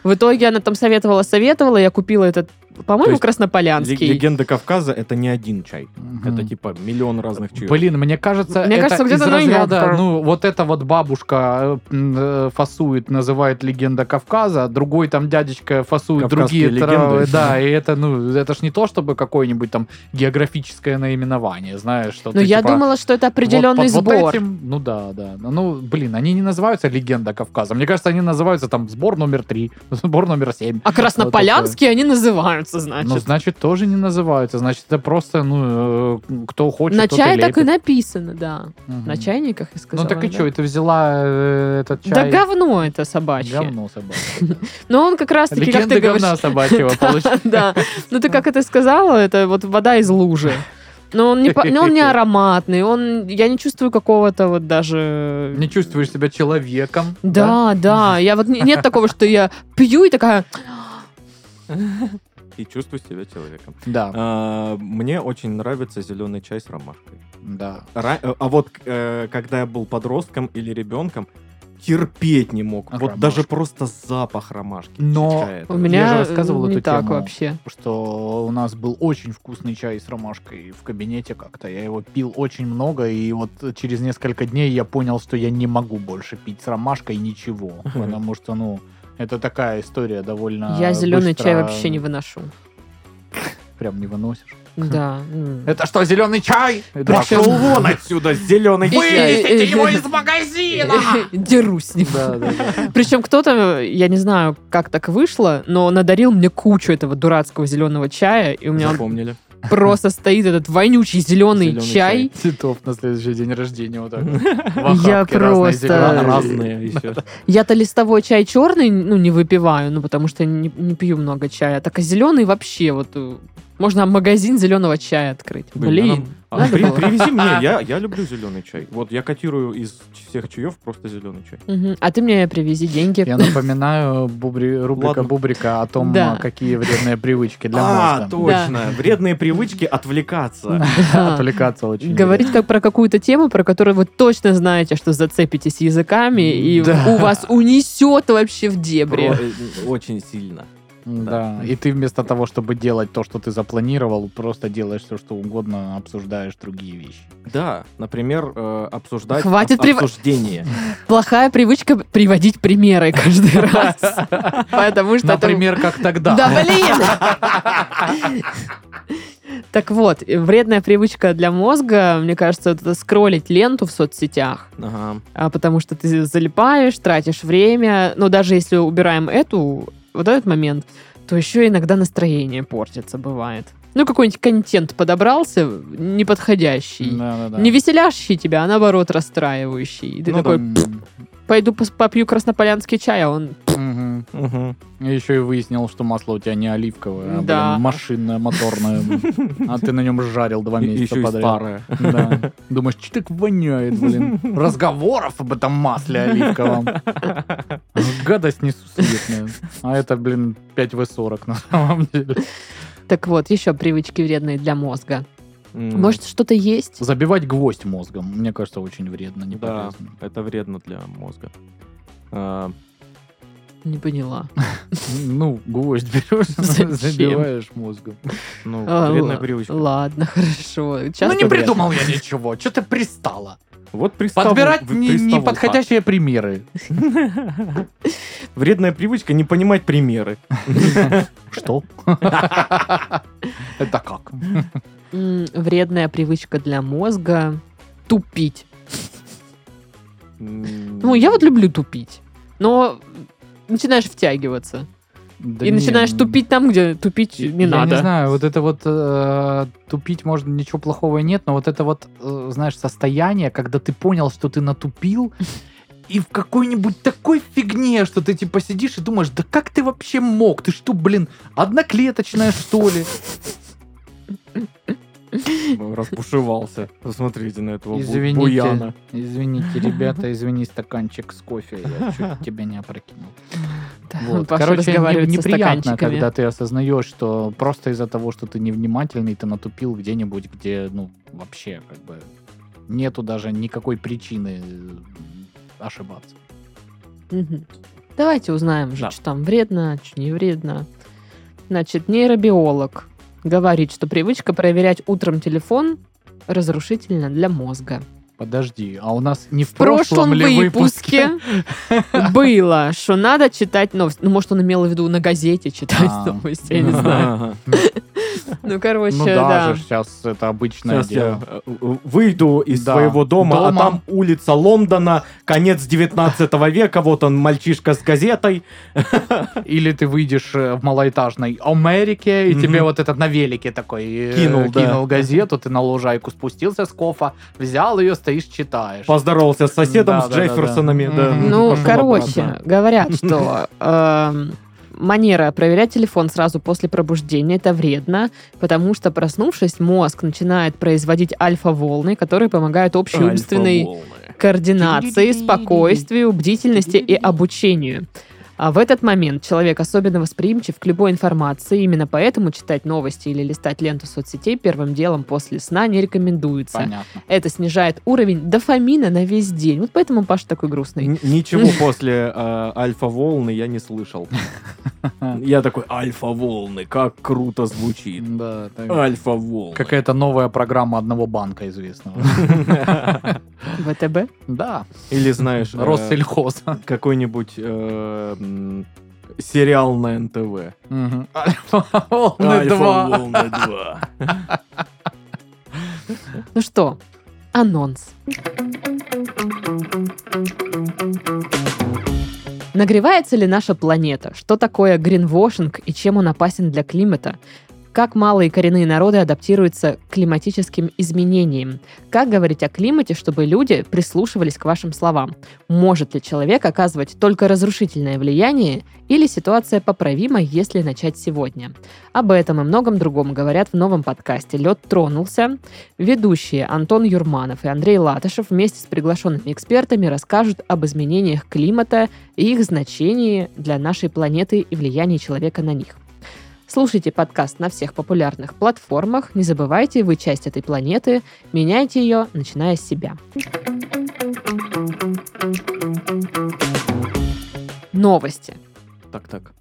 В итоге она там советовала, советовала. Я купила этот То По-моему, есть Краснополянский. Легенда Кавказа это не один чай. Мгм. Это типа миллион разных чаев. Блин, мне кажется, Мне это кажется, где-то из на разряда, Ямбре. ну, вот это вот бабушка э, м, э, фасует, называет легенда Кавказа, другой там дядечка фасует Кавказские другие травы, легенды. да, и это, ну, это ж не то, чтобы какое-нибудь там географическое наименование, знаешь, что Но ты, Ну, я типа, думала, что это определенный вот под вот сбор. этим, ну да, да. Ну, блин, они не называются легенда Кавказа. Мне кажется, они называются там сбор номер три, сбор номер семь. А краснополянские они называются, А значит. Ну, значит, тоже не называются. Значит, это просто, ну, э, кто хочет, на тот и чае так и лепит. написано, да. Мгм. На чайниках и сказала. Ну так и да. что, это взяла э, этот чай? Да говно это собачье. Говно собачье. Но он как раз таки, как Легенда ты говоришь... говна собачьего получилась. Да, ну ты как это сказала, это вот вода из лужи. Но он не, по- но он не ароматный, он, я не чувствую какого-то вот даже... Не чувствуешь себя человеком. Да, да, я вот не- нет такого, что я пью и такая, И чувствую себя человеком. Да, А, Мне очень нравится зеленый чай с ромашкой. да. Ра- э, А вот э, когда я был подростком или ребенком, терпеть не мог. А Вот ромашка? даже просто запах ромашки. Но чая у этого. меня э, же рассказывал не эту так тему. вообще. что у нас был очень вкусный чай с ромашкой в кабинете как-то. Я его пил очень много, и вот через несколько дней я понял, что я не могу больше пить с ромашкой ничего. Потому что, ну, это такая история довольно Я зеленый А, быстро чай вообще не выношу. Прям не выносишь. Да. м. Это что, зеленый чай? Это Пошел вообще- вон отсюда, зеленый И- чай! э, э, магазина! Дерусь с ним. Да, да, да. Причем кто-то, я не знаю, как так вышло, но надарил мне кучу этого дурацкого зеленого чая, и у меня он Запомнили. просто стоит этот вонючий зеленый Зелёный чай. Титов на следующий день рождения вот так. вот. В Я охапке разные просто- зелёные. Разные еще. Я-то листовой чай черный, ну, не выпиваю, ну, потому что не, не пью много чая. Так а зеленый вообще, вот, э, можно магазин зеленого чая открыть. Блин. А, надо при- было. привези мне, я, я люблю зеленый чай. Вот я котирую из всех чаев просто зеленый чай. Мгм. А ты мне привези деньги. Я напоминаю бубри- рубрика Ладно. Бубрика о том, Да. а, какие вредные привычки для а, мозга. точно. Вредные привычки отвлекаться. Да. Отвлекаться очень. Говорить как про какую-то тему, про которую вы точно знаете, что зацепитесь языками, и Да. у вас унесет вообще в Про- дебри. э, Очень сильно. Да. И ты вместо того, чтобы делать то, что ты запланировал, просто делаешь все, что угодно, обсуждаешь другие вещи. Да, например, э, обсуждать Хватит об- прив- обсуждение. Плохая привычка приводить примеры каждый раз. Потому что... это- Например, как тогда. Да, блин! Так вот, вредная привычка для мозга, мне кажется, это скроллить ленту в соцсетях. Ага. а, потому что ты залипаешь, тратишь время. Но даже если убираем эту, вот этот момент, то еще иногда настроение портится, бывает. Ну, какой-нибудь контент подобрался, неподходящий. Да, да, да. Не веселящий тебя, а наоборот расстраивающий. И ты Ну да. такой, М, пойду пос- попью краснополянский чай, а он... мгм. Мгм. Я еще и выяснил, что масло у тебя не оливковое, а Да. блин, машинное, моторное. А ты на нем жарил два И- месяца Еще и подряд. старое. Да. Думаешь, что так воняет, блин. Разговоров об этом масле оливковом. Гадость несусветная. А это, блин, 5В40 на самом деле. Так вот, еще привычки вредные для мозга. М, Может, что-то есть? Забивать гвоздь мозгом, мне кажется, очень вредно, не Да. полезно. Это вредно для мозга. А, Не поняла. Ну, гвоздь берешь, Зачем? забиваешь мозгом. Ну, А, вредная л- привычка. Ладно, хорошо. Ну, Часто не бывает. придумал я ничего. Что ты пристала? Вот приставал- Подбирать вы- не- приставал, неподходящие примеры. да. Вредная привычка не понимать примеры. Что? Это как? М, Вредная привычка для мозга тупить. Ну, Ну, я вот люблю тупить, но начинаешь втягиваться. Да и не, начинаешь м. тупить там, где тупить не Я надо. не знаю, вот это вот э, тупить можно, ничего плохого и нет, но вот это вот, э, знаешь, состояние, когда ты понял, что ты натупил, и в какой-нибудь такой фигне, что ты типа сидишь и думаешь, да как ты вообще мог? Ты что, блин, одноклеточная, что ли? распушевался. Посмотрите на этого бу- Извините, буяна. извините, ребята, извини, стаканчик с кофе, я чуть тебя не опрокинул. Да, Вот. Паша Короче, не- разговаривает со неприятно, стаканчиками. когда ты осознаешь, что просто из-за того, что ты невнимательный, ты натупил где-нибудь, где, ну, вообще, как бы, нету даже никакой причины э, ошибаться. Мгм. Давайте узнаем же, Да. что там вредно, что не вредно. Значит, нейробиолог говорит, что привычка проверять утром телефон разрушительна для мозга. Подожди, а у нас не в В прошлом прошлом ли выпуске? выпуске было, что надо читать новости. Ну, может, он имел в виду на газете читать А. новости, я не знаю. Ну, короче, Ну да. даже сейчас это обычное Сейчас я дело. э, э, выйду из Да. своего дома, а Дома. там улица Лондона, конец 19 века, вот он, мальчишка с газетой. Или ты выйдешь э, в малоэтажной Америке, и Мгм. тебе вот этот на велике такой э, Кинул, да. кинул газету, ты на лужайку спустился с кофа, взял ее, стоишь, читаешь. Поздоровался с соседом, Да, с да, да, да. Джефферсонами. да. Мгм. Ну, Пошел короче, обратно. говорят, что эм, манера проверять телефон сразу после пробуждения это вредно, потому что проснувшись, мозг начинает производить альфа-волны, которые помогают общей умственной Альфа-волны. координации, спокойствию, бдительности и обучению. А в этот момент человек особенно восприимчив к любой информации, именно поэтому читать новости или листать ленту соцсетей первым делом после сна не рекомендуется. Понятно. Это снижает уровень дофамина на весь день. Вот поэтому Паша такой грустный. Н- Ничего после э, альфа-волны я не слышал. Я такой, альфа-волны, как круто звучит. Да, так- Альфа-волны. Какая-то новая программа одного банка известного. ВТБ. Да, Или знаешь, э, Россельхоз. какой-нибудь э, м, сериал на НТВ. Мгм. Волны два. «Альфа-волны 2». Ну что, анонс. Нагревается ли наша планета? Что такое гринвошинг и чем он опасен для климата? Как малые коренные народы адаптируются к климатическим изменениям? Как говорить о климате, чтобы люди прислушивались к вашим словам? Может ли человек оказывать только разрушительное влияние или ситуация поправима, если начать сегодня? Об этом и многом другом говорят в новом подкасте «Лед тронулся», Ведущие Антон Юрманов и Андрей Латышев вместе с приглашенными экспертами расскажут об изменениях климата и их значении для нашей планеты и влиянии человека на них. Слушайте подкаст на всех популярных платформах. Не забывайте, вы часть этой планеты. Меняйте ее, начиная с себя. Новости. Так, так.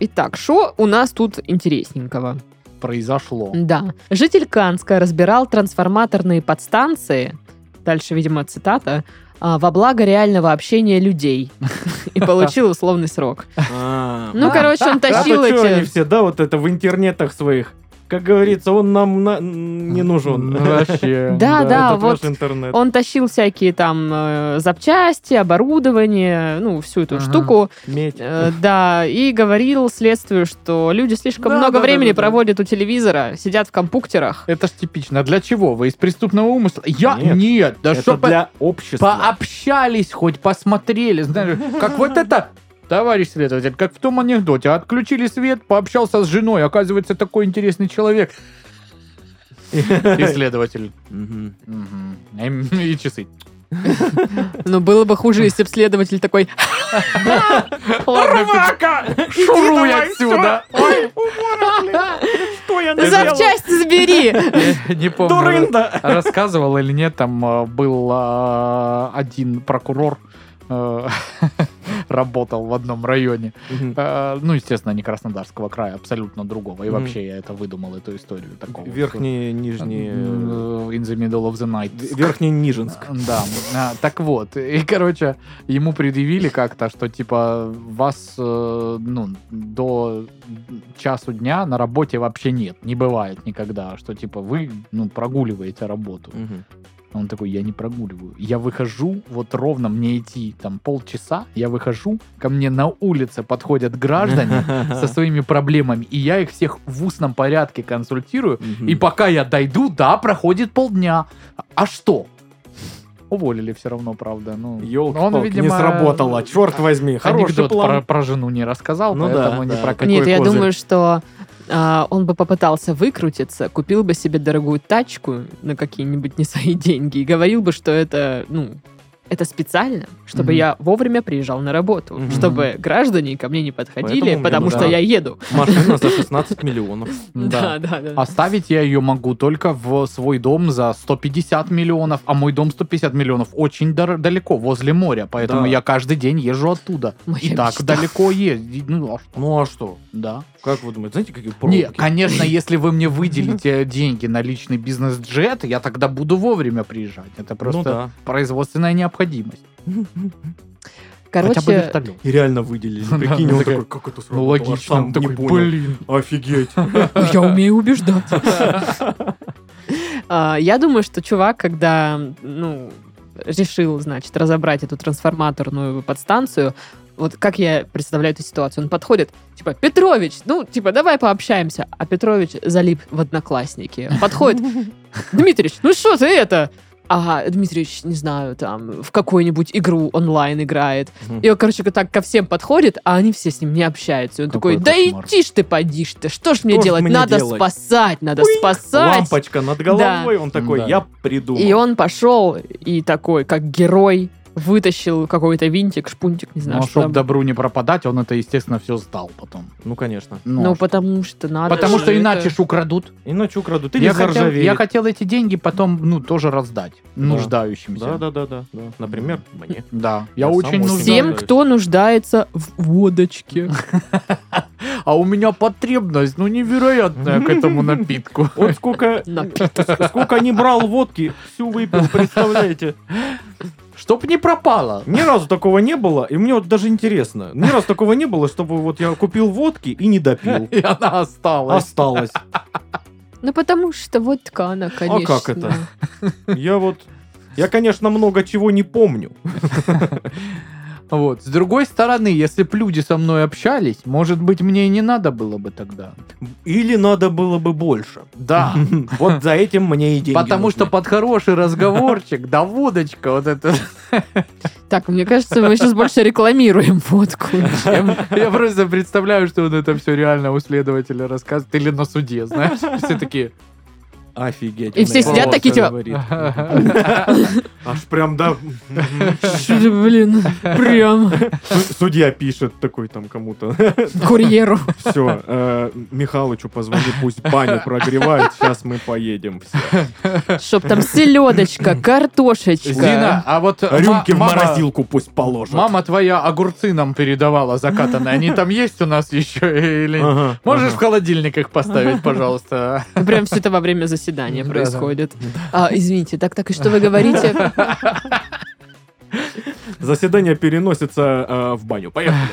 Итак, что у нас тут интересненького? Произошло. Да. Житель Канска разбирал трансформаторные подстанции, дальше, видимо, цитата, «а, во благо реального общения людей. И получил условный срок. А, Ну, да. короче, он Да тащил вы чё, они эти... все, да, вот это в интернетах своих. Как говорится, он нам на- не нужен. Ну, Вообще. Да, А, да, Этот вот наш интернет. он тащил всякие там э, запчасти, оборудование, ну, всю эту Ага. штуку. Медь. Э, да, и говорил следствию, что люди слишком Да, много да, да, времени да, да. проводят у телевизора, сидят в компьютерах. Это ж типично. Для чего? Вы из преступного умысла? Я? Нет. Нет. Да Это что по- для общества. Пообщались хоть, посмотрели. Знаешь, как вот это... Товарищ следователь, как в том анекдоте, отключили свет, пообщался с женой, оказывается, такой интересный человек. Исследователь. Мгм. Мгм. Эм, И часы. Ну, было бы хуже, если бы следователь такой... Шуруй отсюда! Что я наделал? Запчасти забери! Я Не помню, Дурында! рассказывал или нет, там э, был э, один прокурор, э, работал в одном районе. Э, Ну, естественно, не Краснодарского края, абсолютно другого. И Мгм. вообще я это выдумал, эту историю такого. Верхний, Э, нижний... э, In the middle of the night. Верхний Нижинск. Да, А, так вот. И, короче, ему предъявили как-то, что, типа, вас, э, ну, до часу дня на работе вообще нет, не бывает никогда, что, типа, вы, ну, прогуливаете работу. Мгм. Он такой, я не прогуливаю. Я выхожу, вот ровно мне идти там полчаса, я выхожу, ко мне на улице подходят граждане со своими проблемами, и я их всех в устном порядке консультирую, Мгм. и пока я дойду, да, проходит полдня. А что? Уволили все равно, правда. Ну, Ёлки-палки, не сработало, черт возьми, хороший Анекдот про, план. про жену не рассказал, Ну да, поэтому не да. Какой про какой. Нет, я козырь? думаю, что а, он бы попытался выкрутиться, купил бы себе дорогую тачку на какие-нибудь не свои деньги и говорил бы, что это, ну, это специально, чтобы Мгм. я вовремя приезжал на работу, Мгм. чтобы граждане ко мне не подходили, Поэтому мне потому что нужна- я еду. Машина за 16 миллионов. Да, да, А да. Оставить я ее могу только в свой дом за 150 миллионов, а мой дом 150 миллионов очень дор- далеко, возле моря, поэтому Да. я каждый день езжу оттуда. Моя И так мечта. далеко ездить, ну а что, Ну а что? да. Как вы думаете, знаете, какие пробки? Не, конечно, если вы мне выделите деньги на личный бизнес-джет, я тогда буду вовремя приезжать. Это просто Ну да. производственная необходимость. Короче, Хотя бы вертолет. И реально выделили. Да, Прикинь, ну он такая, такой, как это Ну сработало? логично, Сам он не такой, понял. блин. Офигеть. я умею убеждать. А, Я думаю, что чувак, когда, ну, решил, значит, разобрать эту трансформаторную подстанцию, вот как я представляю эту ситуацию, он подходит, типа, Петрович, ну, типа, давай пообщаемся. А Петрович залип в одноклассники. Подходит, Дмитрич, ну что ты это? А Дмитрич, не знаю, там, в какую-нибудь игру онлайн играет. И он, короче, так ко всем подходит, а они все с ним не общаются. И он Какой такой, да кошмар. иди ж ты, поди ж ты, что ж мне Что ж делать? мне надо делать?» спасать, надо спасать. Лампочка над головой, он такой, Да. я придумал. И он пошел и такой, как герой, вытащил какой-то винтик, шпунтик, не а знаю, Ну, что чтобы там. добру не пропадать, он это, естественно, все сдал потом. Ну, конечно. Ну, Ну, а что? потому что надо. потому же что это- иначе ж украдут. Иначе украдут. Или Я хотел, я заржавеет. хотел эти деньги потом, ну, тоже раздать нуждающимся. Да, да, да, да. да. Например, мне. Да, Я я сам очень очень нуждаюсь. Всем, кто нуждается в водочке. А у меня потребность, ну, невероятная к этому напитку. Он сколько, Напиток. сколько не брал водки, всю выпил, представляете? Чтоб не пропало. Ни разу такого не было, и мне вот даже интересно. Ни разу такого не было, чтобы вот я купил водки и не допил. И она осталась. Осталось. Ну, потому что водка, она, конечно. А как это? Я вот... Я, конечно, много чего не помню. Вот. С другой стороны, если б люди со мной общались, может быть, мне и не надо было бы тогда. Или надо было бы больше. Да. Вот за этим мне и деньги Потому что нужны. под хороший разговорчик, да водочка вот это. Так, мне кажется, мы сейчас больше рекламируем водку. Я я просто представляю, что он это все реально у следователя рассказывает. Или на суде, знаешь, все такие. Офигеть. И все она сидят такие, типа- просто говорит. Аж прям, да. Блин, прям Су- Судья пишет такой там кому-то. курьеру. Все, Михалычу позвони, пусть баню прогревают, сейчас мы поедем все. Чтоб там селедочка, картошечка. Зина, а вот ма- Рюмки в мама- морозилку пусть положат. Мама твоя огурцы нам передавала закатанные. Они там есть у нас еще или нет? Ага, Можешь в ага. холодильник их поставить, пожалуйста? Ну, Прям все это во время заседания Да, происходит. А, извините, так, так, и что вы говорите? Заседание переносится э, в баню. Поехали.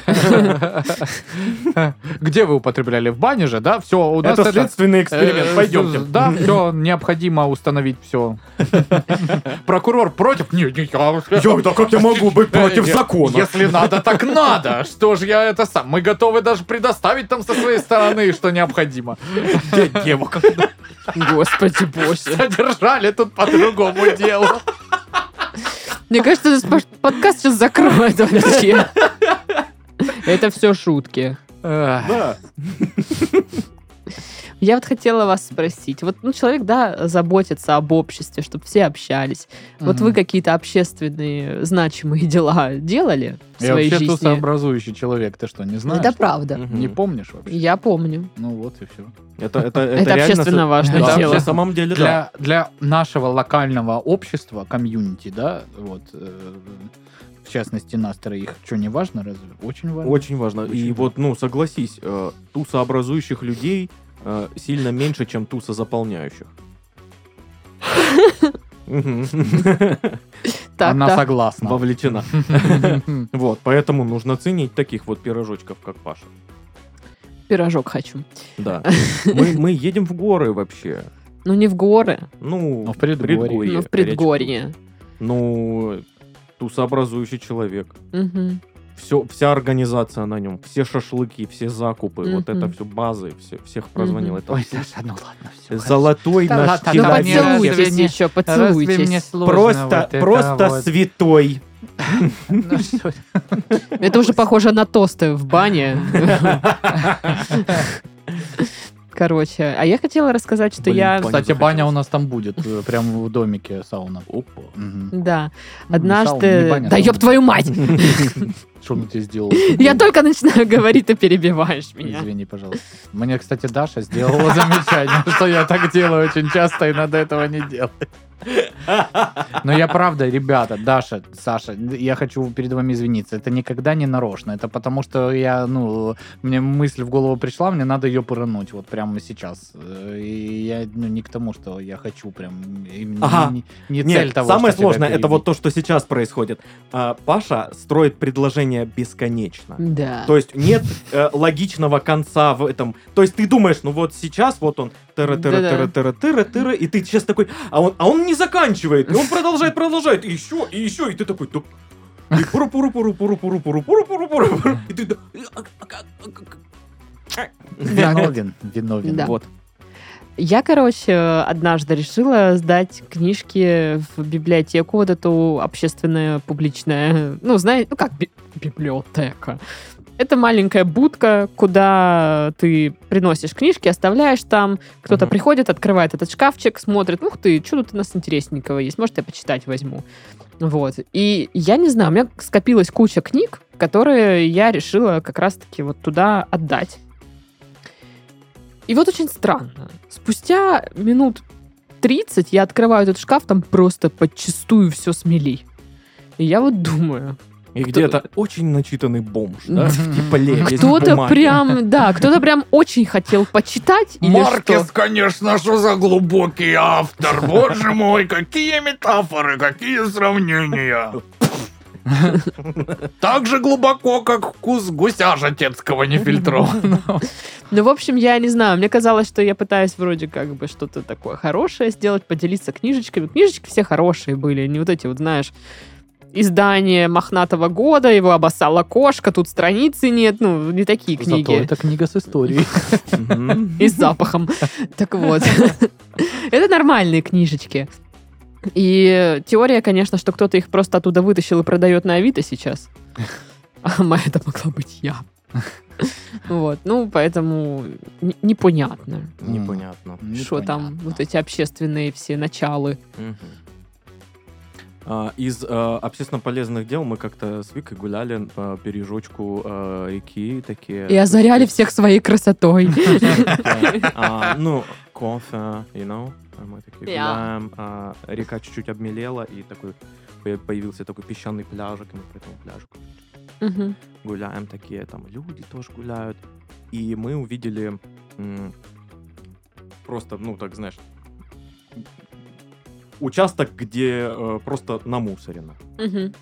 Где вы употребляли? В бане же, да? Все, у нас Это это... следственный э, эксперимент. Пойдемте. Да, все, необходимо установить все. Прокурор против? Нет, не я. Я, да как я могу быть против закона? Э, Если надо, так надо. Что же я это сам? Мы готовы даже предоставить там со своей стороны, что необходимо. девок. Господи боже. Содержали тут по другому делу. Мне кажется, этот пос- подкаст сейчас закроет вообще. Это все шутки. Эх. Да. Я вот хотела вас спросить. Вот ну, человек, да, заботится об обществе, чтобы все общались. Вот Мгм. вы какие-то общественные значимые дела делали в Я своей вообще жизни? сообразующий человек, ты что, не знаешь? Это правда. Не помнишь вообще? Я помню. Ну вот и все. Это, это, Это реально общественно со- важное Да, дело. на самом деле, да. Для, для нашего локального общества, комьюнити, да, вот, э, в частности, нас троих, что, не важно разве? Очень важно. Очень важно. Очень И важно. вот, ну, согласись, э, тусообразующих людей э, сильно меньше, чем тусозаполняющих. Мгм. Так, Она так. согласна. Вовлечена. Вот, поэтому нужно ценить таких вот пирожочков, как Паша. Пирожок хочу. Да. Мы, мы едем в горы вообще. Ну, не в горы, Ну, Ну, в предгорье. но в речь предгорье. идет. Ну, тусообразующий человек. Мгм. Все, вся организация на нем, все шашлыки, все закупы, вот Мгм. это все базы, все, всех прозвонил. Это Ой, Саша, ну ладно, все. золотой Да, наш да, да, Ну, да, не человек. разве поцелуйтесь мне- еще, поцелуйтесь. Просто, просто святой. Ну Это уже похоже на тосты в бане. короче. А я хотела рассказать, что Блин, я... пон- Кстати, захотелось. баня у нас там будет, э, прямо в домике сауна. Опа. Мгм. Да. Ну, сауна, не Однажды... а баня, Да сауна. ёб твою мать! Что мне ты сделал? Я только начинаю говорить, ты перебиваешь меня. Извини, пожалуйста. Мне, кстати, Даша сделала замечание, что я так делаю очень часто, и надо этого не делать. Но я правда, ребята, Даша, Саша, я хочу перед вами извиниться. Это никогда не нарочно. Это потому, что я, ну, мне мысль в голову пришла, мне надо ее пырнуть вот прямо сейчас. Э, И я, ну, не к тому, что я хочу прям... и не- Ага. Не, не Нет, цель того, самое что тебя сложное это перебить. вот то, что сейчас происходит. А, Паша строит предложение бесконечно. Да. То есть нет э, логичного конца в этом. То есть ты думаешь, ну вот сейчас вот он тыра тыра Да-да. тыра тыра тыра тыра и ты сейчас такой, а он, а он не заканчивает, и он продолжает, продолжает, и еще, и еще, и ты такой, да, и пуру пуру пуру пуру пуру пуру пуру пуру пуру пуру и ты да, а, а, а, а, а. Виновен, виновен. Да. Вот. Я, короче, однажды решила сдать книжки в библиотеку, вот эту общественную, публичную, ну, знаете, ну как би- библиотека. Это маленькая будка, куда ты приносишь книжки, оставляешь там. Кто-то Мгм. приходит, открывает этот шкафчик, смотрит, ух ты, что тут у нас интересненького есть, может, я почитать возьму. Вот. И я не знаю, у меня скопилась куча книг, которые я решила как раз-таки вот туда отдать. И вот очень странно. Спустя минут 30 я открываю этот шкаф, там просто подчистую все смели. И я вот думаю, И где-то очень начитанный бомж, да, Мгм. в тепле, без кто-то бумаги. прям, да, кто-то прям очень хотел почитать или что. Маркес, конечно, что за глубокий автор. Боже мой, какие метафоры, какие сравнения. Так же глубоко, как вкус гуся жатецкого нефильтрованного. Ну, в общем, я не знаю, мне казалось, что я пытаюсь вроде как бы что-то такое хорошее сделать, поделиться книжечками. Книжечки все хорошие были, не вот эти вот, знаешь, издание мохнатого года, его обоссала кошка, тут страницы нет, ну, не такие книги. Зато это книга с историей. Мгм. и с запахом. Так вот. Это нормальные книжечки. И теория, конечно, что кто-то их просто оттуда вытащил и продает на Авито сейчас. А моя это могла быть я. Вот, ну, поэтому н- непонятно, Непонятно. что там, Непонятно. вот эти общественные все началы. Мгм. А, Из э, общественно полезных дел мы как-то с Викой гуляли по бережочку э, реки, такие... И озаряли всех своей красотой. А, Ну, кофе, you know? А Мы такие Yeah. гуляем, а, река чуть-чуть обмелела, и такой по- появился такой песчаный пляжик, и мы по этому пляжику Мгм. гуляем, такие там люди тоже гуляют. И мы увидели м, просто, ну, так знаешь, участок, где э, просто намусорено. Мгм.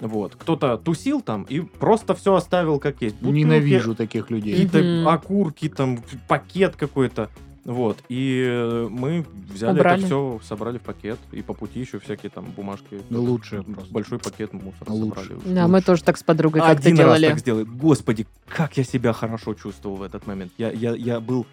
Вот. Кто-то тусил там и просто все оставил как есть. Ну, Бутылки, Ненавижу таких людей. Какие-то Мгм. окурки, там, ф- пакет какой-то. Вот. И э, мы взяли Убрали. это все, собрали в пакет. И по пути еще всякие там бумажки. Ну, лучше М, просто. Большой пакет мусора Лучше. собрали. Да, мы тоже так с подругой как-то А Один раз делали. так сделали. Господи, как я себя хорошо чувствовал в этот момент. Я, я, я был,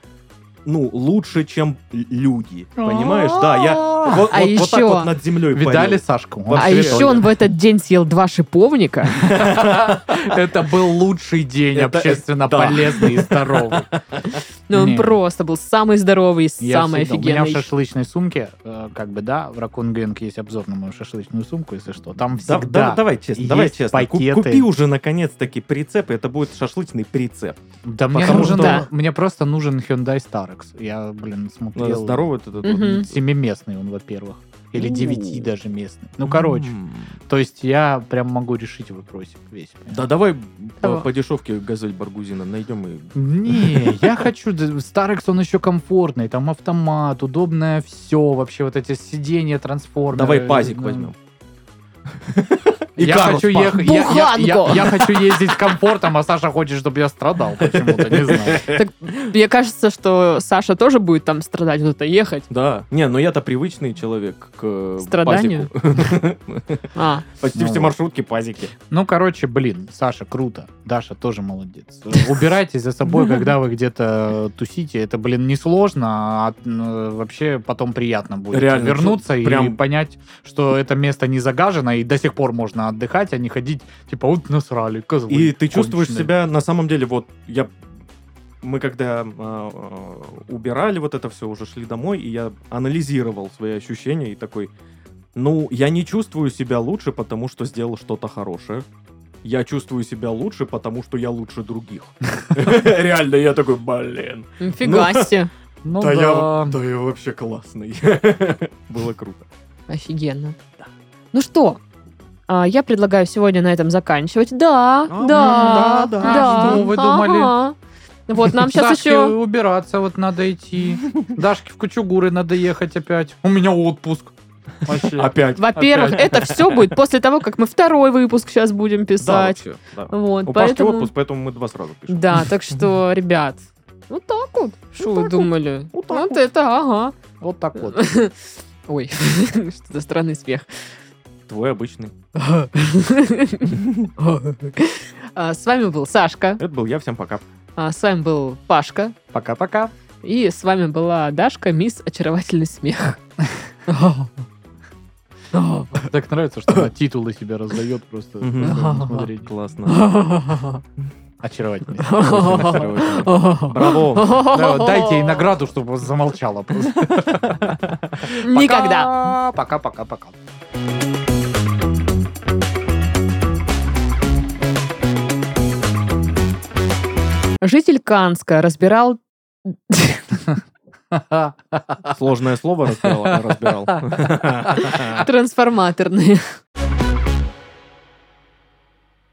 ну, лучше, чем л- люди. Понимаешь? Да, я вот, вот- А вот так еще- вот над землей Видали Сашку? Он А вообще еще он в этот день съел два шиповника. А Это был лучший день Это- общественно да. полезный и здоровый. Но Ну, он Не. просто был самый здоровый, и Я самый всегда- У меня в офигенный. шашлычной сумке, э, как бы, да, в Ракун Гэнг есть обзор на мою шашлычную сумку, если что. Там Да- да- всегда давай честно, давай есть честно. Ку- пакеты. Купи уже наконец-таки прицеп, и это будет шашлычный прицеп. Да мне Потому нужен, что- Да. мне просто нужен Hyundai Starex. Я, блин, Надо смотрел. Ну, Здоровый этот вот. Мгм. Семиместный он, во-первых. Или Ну. девяти даже местный. Ну, короче. М. То есть я прям могу решить вопросик весь. Да давай по, Давай. по дешевке газель Баргузина найдем и... Не, я хочу... да, Старекс, он еще комфортный. Там автомат, удобное все. Вообще вот эти сиденья, трансформеры. Давай пазик Ну, возьмем. Я Карус хочу, пах. ех- я, я- я- Буханку. я хочу ездить с комфортом, а Саша хочет, чтобы я страдал почему-то, не знаю. Мне кажется, что Саша тоже будет там страдать, вот это ехать. Да. Не, но я-то привычный человек к э, Страданию? пазику. А, Почти Ну все вот. маршрутки пазики. Ну, короче, блин, Саша, круто. Даша тоже молодец. Убирайте за собой, когда вы где-то тусите. Это, блин, несложно, а э, вообще потом приятно будет Реально, вернуться и прям- понять, что это место не загажено, и до сих пор можно отдыхать, а не ходить, типа, вот насрали, козлы. И ты чувствуешь конченые». себя на самом деле, вот я мы когда а, а, убирали вот это все, уже шли домой, и я анализировал свои ощущения и такой, ну, я не чувствую себя лучше, потому что сделал что-то хорошее. Я чувствую себя лучше, потому что я лучше других. Реально, я такой, блин. Нифига себе. Ну Да да. я, да я вообще классный. Было круто. Офигенно. Ну что, а, я предлагаю сегодня на этом заканчивать. Да, А, да, да, да. да. Что вы думали? ага. Вот нам сейчас Дашке еще... убираться вот надо идти. Дашке в Кучугуры надо ехать опять. У меня отпуск. Вообще. Опять. Во-первых, Опять. это все будет после того, как мы второй выпуск сейчас будем Да, писать. вообще, да. Вот, У Пашки поэтому... отпуск, поэтому мы два сразу пишем. Да, так что, ребят, вот так вот. Что вы так думали? вот так Вот вот. это, ага. Вот так вот. Ой, что за странный смех. Твой обычный. А, С вами был Сашка, Это был я. Всем пока. а, с вами был Пашка, Пока-пока. и с вами была Дашка, мисс Очаровательный Смех. Так нравится, что она титулы себе раздает просто. Мгм. Прикольно смотреть. Классно. Очаровательно. Очаровательно. Браво. Да, вот Дайте ей награду, чтобы замолчала просто. Никогда. Пока-пока-пока. Житель Канска разбирал... Сложное слово разбирал. разбирал. Трансформаторные